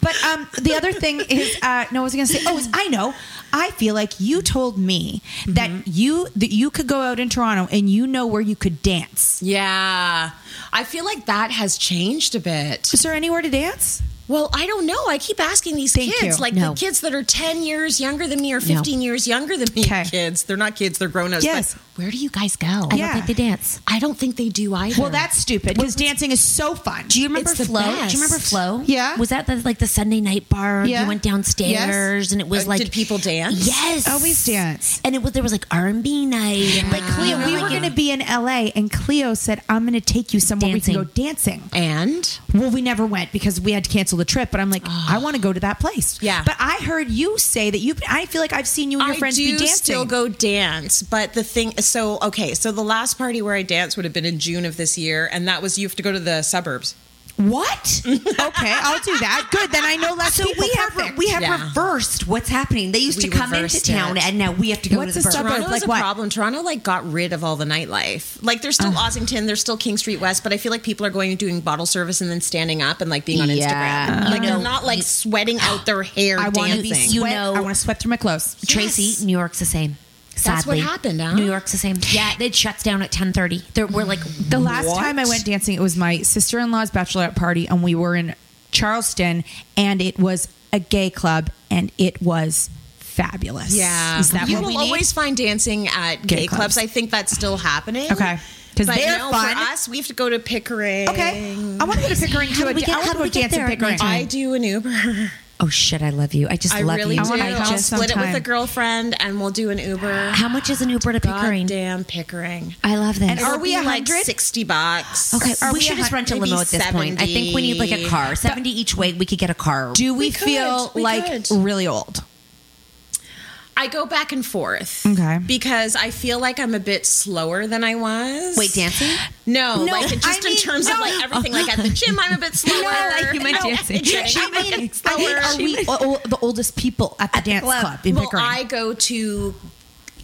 [SPEAKER 4] But um, the other thing is, uh, no, I was going to say, oh, is I know. I feel like you told me that you that you could go out in Toronto and you know where you could dance.
[SPEAKER 2] Yeah. I feel like that has changed a bit.
[SPEAKER 4] Is there anywhere to dance?
[SPEAKER 2] Well, I don't know. I keep asking these kids,
[SPEAKER 4] you.
[SPEAKER 2] like
[SPEAKER 4] No.
[SPEAKER 2] the kids that are 10 years younger than me or 15 years younger than me. Kids. They're not kids, they're grown ups.
[SPEAKER 4] Yes.
[SPEAKER 2] Where do you guys go? I
[SPEAKER 3] don't think they dance.
[SPEAKER 2] I don't think they do either.
[SPEAKER 4] Well, that's stupid because dancing is so fun.
[SPEAKER 3] Do you remember
[SPEAKER 2] It's the
[SPEAKER 3] Flo? Do you remember
[SPEAKER 2] best.
[SPEAKER 3] Flo?
[SPEAKER 4] Yeah.
[SPEAKER 3] Was that the, like the Sunday night bar?
[SPEAKER 4] Yeah.
[SPEAKER 3] You went downstairs and it was
[SPEAKER 2] Uh,
[SPEAKER 3] like
[SPEAKER 2] did people dance?
[SPEAKER 3] Yes.
[SPEAKER 4] Always dance.
[SPEAKER 3] And it was there was like R and B night. and, Like
[SPEAKER 4] Cleo, we were going to be in LA, and Cleo said, "I'm going to take you somewhere we can go dancing."
[SPEAKER 2] And
[SPEAKER 4] Well, we never went because we had to cancel the trip. But I'm like, I want to go to that place.
[SPEAKER 2] Yeah.
[SPEAKER 4] But I heard you say that you. I feel like I've seen you and your
[SPEAKER 2] I
[SPEAKER 4] friends
[SPEAKER 2] do
[SPEAKER 4] be dancing.
[SPEAKER 2] still go dance, but the thing. So okay, so the last party where I danced would have been in June of this year, and that was you have to go to the suburbs.
[SPEAKER 4] What? okay, I'll do that. Good. Then I know less
[SPEAKER 6] So
[SPEAKER 4] people.
[SPEAKER 6] we have
[SPEAKER 4] Perfect.
[SPEAKER 6] we have
[SPEAKER 2] Yeah.
[SPEAKER 6] reversed what's happening. They used to
[SPEAKER 2] We
[SPEAKER 6] come into
[SPEAKER 2] reversed
[SPEAKER 6] town,
[SPEAKER 2] it.
[SPEAKER 6] and now we have to go
[SPEAKER 4] What's
[SPEAKER 6] to the
[SPEAKER 4] a
[SPEAKER 6] suburb.
[SPEAKER 4] suburb?
[SPEAKER 2] Toronto
[SPEAKER 4] like
[SPEAKER 2] is a
[SPEAKER 4] what? Uh.
[SPEAKER 2] problem. Toronto like got rid of all the nightlife. Like there's still Ossington, there's still King Street West, but I feel like people are going and doing bottle service and then standing up and like being on
[SPEAKER 6] Yeah.
[SPEAKER 2] Instagram. Like they're not like sweating out their hair
[SPEAKER 4] I want to
[SPEAKER 2] dancing.
[SPEAKER 4] be sweat.
[SPEAKER 3] You know-
[SPEAKER 4] I want to sweat through my clothes.
[SPEAKER 3] Tracy,
[SPEAKER 2] Yes.
[SPEAKER 3] New York's the same.
[SPEAKER 2] That's what
[SPEAKER 3] Sadly,
[SPEAKER 2] happened, huh?
[SPEAKER 3] New York's the same. Yeah, it shuts down at ten thirty. There we're like
[SPEAKER 4] The last time I went dancing, it was my sister in law's bachelorette party, and we were in Charleston, and it was a gay club, and it was fabulous.
[SPEAKER 2] Yeah,
[SPEAKER 4] is that
[SPEAKER 2] you
[SPEAKER 4] what
[SPEAKER 2] will
[SPEAKER 4] we need?
[SPEAKER 2] always find dancing at gay,
[SPEAKER 4] Gay
[SPEAKER 2] clubs.
[SPEAKER 4] clubs.
[SPEAKER 2] I think that's still happening.
[SPEAKER 4] Okay. 'Cause
[SPEAKER 2] But
[SPEAKER 4] they're
[SPEAKER 2] no,
[SPEAKER 4] fun.
[SPEAKER 2] For us, we have to go to Pickering.
[SPEAKER 4] Okay, I want to go to Pickering
[SPEAKER 3] How
[SPEAKER 4] too.
[SPEAKER 3] do we get-
[SPEAKER 4] I
[SPEAKER 3] how
[SPEAKER 4] want
[SPEAKER 3] do
[SPEAKER 4] to go
[SPEAKER 3] we get
[SPEAKER 4] dance in
[SPEAKER 3] there at
[SPEAKER 4] Pickering.
[SPEAKER 3] night
[SPEAKER 2] I do an Uber.
[SPEAKER 6] Oh shit, I love you. I just
[SPEAKER 2] I
[SPEAKER 6] love
[SPEAKER 2] really
[SPEAKER 6] you.
[SPEAKER 2] do.
[SPEAKER 4] wanna
[SPEAKER 2] I'll
[SPEAKER 4] go
[SPEAKER 2] split it with
[SPEAKER 4] sometime.
[SPEAKER 2] a girlfriend, and we'll do an Uber.
[SPEAKER 3] How much is an Uber to Pickering?
[SPEAKER 2] Goddamn Pickering.
[SPEAKER 3] I love that.
[SPEAKER 4] And are we
[SPEAKER 2] It'll be like
[SPEAKER 4] 100?
[SPEAKER 2] sixty bucks?
[SPEAKER 3] Okay,
[SPEAKER 4] Are
[SPEAKER 3] we,
[SPEAKER 4] we
[SPEAKER 3] should
[SPEAKER 4] a
[SPEAKER 3] just
[SPEAKER 4] hun-
[SPEAKER 3] rent a
[SPEAKER 2] maybe
[SPEAKER 3] limo at this point. I think we need like a
[SPEAKER 2] 70.
[SPEAKER 3] car. Seventy each way, we could get a car.
[SPEAKER 4] Do we,
[SPEAKER 2] We could,
[SPEAKER 4] feel
[SPEAKER 2] we
[SPEAKER 4] like
[SPEAKER 2] could.
[SPEAKER 4] really old?
[SPEAKER 2] I go back and forth.
[SPEAKER 4] Okay.
[SPEAKER 2] Because I feel like I'm a bit slower than I was.
[SPEAKER 3] Wait, dancing?
[SPEAKER 2] No,
[SPEAKER 4] No,
[SPEAKER 2] like just
[SPEAKER 4] I mean,
[SPEAKER 2] in terms of
[SPEAKER 4] no.
[SPEAKER 2] like everything. Like at the gym, I'm a bit slower.
[SPEAKER 4] like you meant
[SPEAKER 2] Oh,
[SPEAKER 4] dancing.
[SPEAKER 2] at the gym,
[SPEAKER 4] I
[SPEAKER 2] I'm a
[SPEAKER 4] mean,
[SPEAKER 2] bit
[SPEAKER 4] I mean,
[SPEAKER 2] slower.
[SPEAKER 4] are we o- o- the oldest people at the dance club, in
[SPEAKER 2] well,
[SPEAKER 4] Pickering?
[SPEAKER 2] I go to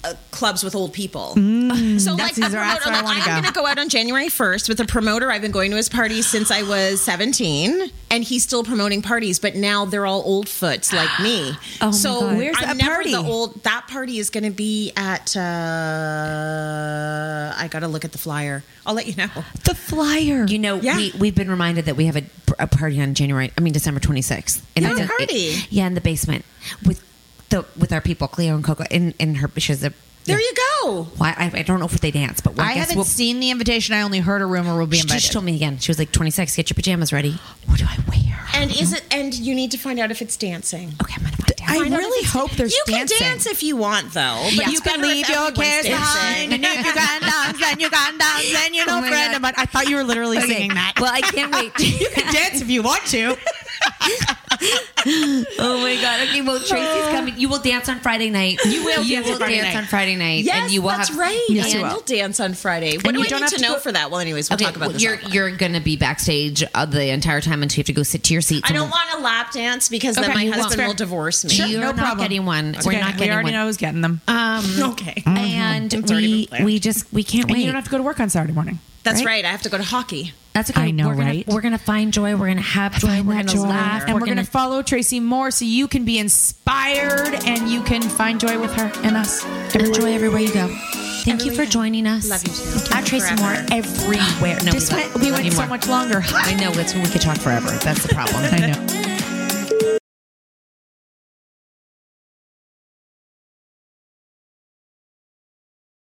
[SPEAKER 2] uh, clubs with old people. so like
[SPEAKER 4] Mm. that's
[SPEAKER 2] a
[SPEAKER 4] easier.
[SPEAKER 2] promoter,
[SPEAKER 4] That's where I
[SPEAKER 2] like,
[SPEAKER 4] wanna
[SPEAKER 2] I'm
[SPEAKER 4] go.
[SPEAKER 2] going to go out on January 1st with a promoter. I've been going to his parties since I was 17, and he's still promoting parties, but now they're all old foots like me.
[SPEAKER 4] Oh my
[SPEAKER 2] so
[SPEAKER 4] God. Where's
[SPEAKER 2] I'm
[SPEAKER 4] that
[SPEAKER 2] never
[SPEAKER 4] party?
[SPEAKER 2] the old. That party is going to be at. Uh, I got to look at the flyer. I'll let you know.
[SPEAKER 4] the flyer.
[SPEAKER 3] You know,
[SPEAKER 2] Yeah.
[SPEAKER 3] we, we've been reminded that we have a, a party on January, I mean, December 26th. And
[SPEAKER 2] Yeah,
[SPEAKER 3] I
[SPEAKER 2] a
[SPEAKER 3] don't-
[SPEAKER 2] party.
[SPEAKER 3] it- yeah, in the basement with the with our people, Cleo and Coco, and, and her, she has a.
[SPEAKER 2] There you go.
[SPEAKER 3] Why, I, I don't know if they dance, but I,
[SPEAKER 4] I
[SPEAKER 3] guess
[SPEAKER 4] haven't
[SPEAKER 3] we'll,
[SPEAKER 4] seen the invitation. I only heard a rumor we'll be
[SPEAKER 3] She
[SPEAKER 4] invited.
[SPEAKER 3] just told me again. She was like, 26, get your pajamas ready. What do I wear?
[SPEAKER 2] And is it? And you need to find out if it's dancing.
[SPEAKER 3] Okay, I'm going to find out.
[SPEAKER 4] I
[SPEAKER 2] Find out if
[SPEAKER 4] really
[SPEAKER 2] it's-
[SPEAKER 4] hope there's
[SPEAKER 2] you
[SPEAKER 4] dancing.
[SPEAKER 2] can dance if you want though. But
[SPEAKER 4] you
[SPEAKER 2] it's
[SPEAKER 4] can
[SPEAKER 2] better if
[SPEAKER 4] leave your
[SPEAKER 2] everyone's
[SPEAKER 4] cares behind.
[SPEAKER 2] dancing.
[SPEAKER 4] And if you can dance, then you can dance, then you know,
[SPEAKER 3] Oh my
[SPEAKER 4] friend.
[SPEAKER 3] God.
[SPEAKER 4] But I thought you were literally singing that.
[SPEAKER 3] Well, I can't wait.
[SPEAKER 4] you can dance if you want to.
[SPEAKER 3] oh my god. Okay, well Tracy's coming. You will dance on Friday night. You will you
[SPEAKER 4] Oh. dance on
[SPEAKER 3] will
[SPEAKER 4] Friday
[SPEAKER 3] dance
[SPEAKER 4] night.
[SPEAKER 3] on Friday night.
[SPEAKER 2] Yes,
[SPEAKER 3] and you will
[SPEAKER 2] that's
[SPEAKER 3] have
[SPEAKER 2] right.
[SPEAKER 3] Yes,
[SPEAKER 2] and
[SPEAKER 3] you will.
[SPEAKER 2] will dance on Friday. What
[SPEAKER 3] And
[SPEAKER 2] do
[SPEAKER 3] you
[SPEAKER 2] I
[SPEAKER 3] don't
[SPEAKER 2] need
[SPEAKER 3] have
[SPEAKER 2] to,
[SPEAKER 3] to
[SPEAKER 2] know
[SPEAKER 3] go-
[SPEAKER 2] for that? Well, anyways, we'll talk about this.
[SPEAKER 3] You're
[SPEAKER 2] offline.
[SPEAKER 3] you're gonna be backstage uh, the entire time until you have to go sit to your seat.
[SPEAKER 2] I don't want a lap dance because then
[SPEAKER 4] Okay,
[SPEAKER 2] my
[SPEAKER 4] you won't.
[SPEAKER 2] husband will divorce me.
[SPEAKER 3] You're
[SPEAKER 4] no
[SPEAKER 3] not
[SPEAKER 4] problem.
[SPEAKER 3] getting one. We're
[SPEAKER 4] Okay,
[SPEAKER 3] not
[SPEAKER 4] We
[SPEAKER 3] getting
[SPEAKER 4] already
[SPEAKER 3] one. Mm-hmm.
[SPEAKER 4] know who's getting them.
[SPEAKER 3] Uh,
[SPEAKER 2] okay,
[SPEAKER 3] And
[SPEAKER 2] It's already been
[SPEAKER 3] we
[SPEAKER 2] planned.
[SPEAKER 3] we just we can't
[SPEAKER 4] and
[SPEAKER 3] wait.
[SPEAKER 4] you don't have to go to work on Saturday morning.
[SPEAKER 2] that's right. I have to go to hockey.
[SPEAKER 3] That's okay.
[SPEAKER 4] I know,
[SPEAKER 3] we're gonna,
[SPEAKER 4] right?
[SPEAKER 3] We're gonna find joy. We're gonna have joy. We're gonna
[SPEAKER 4] Find that joy.
[SPEAKER 3] laugh.
[SPEAKER 4] and we're, gonna, follow Tracy Moore so you can be inspired and you can find joy with her and us.
[SPEAKER 3] enjoy everywhere you go. Thank you for joining us.
[SPEAKER 2] Love you too.
[SPEAKER 3] At Tracy Moore
[SPEAKER 2] Forever.
[SPEAKER 3] everywhere. No,
[SPEAKER 4] This
[SPEAKER 3] we,
[SPEAKER 4] went,
[SPEAKER 3] love-
[SPEAKER 4] we
[SPEAKER 3] love
[SPEAKER 4] went
[SPEAKER 3] you
[SPEAKER 4] so
[SPEAKER 3] more.
[SPEAKER 4] much longer.
[SPEAKER 3] I know. That's when we could talk forever. That's the problem.
[SPEAKER 4] I know.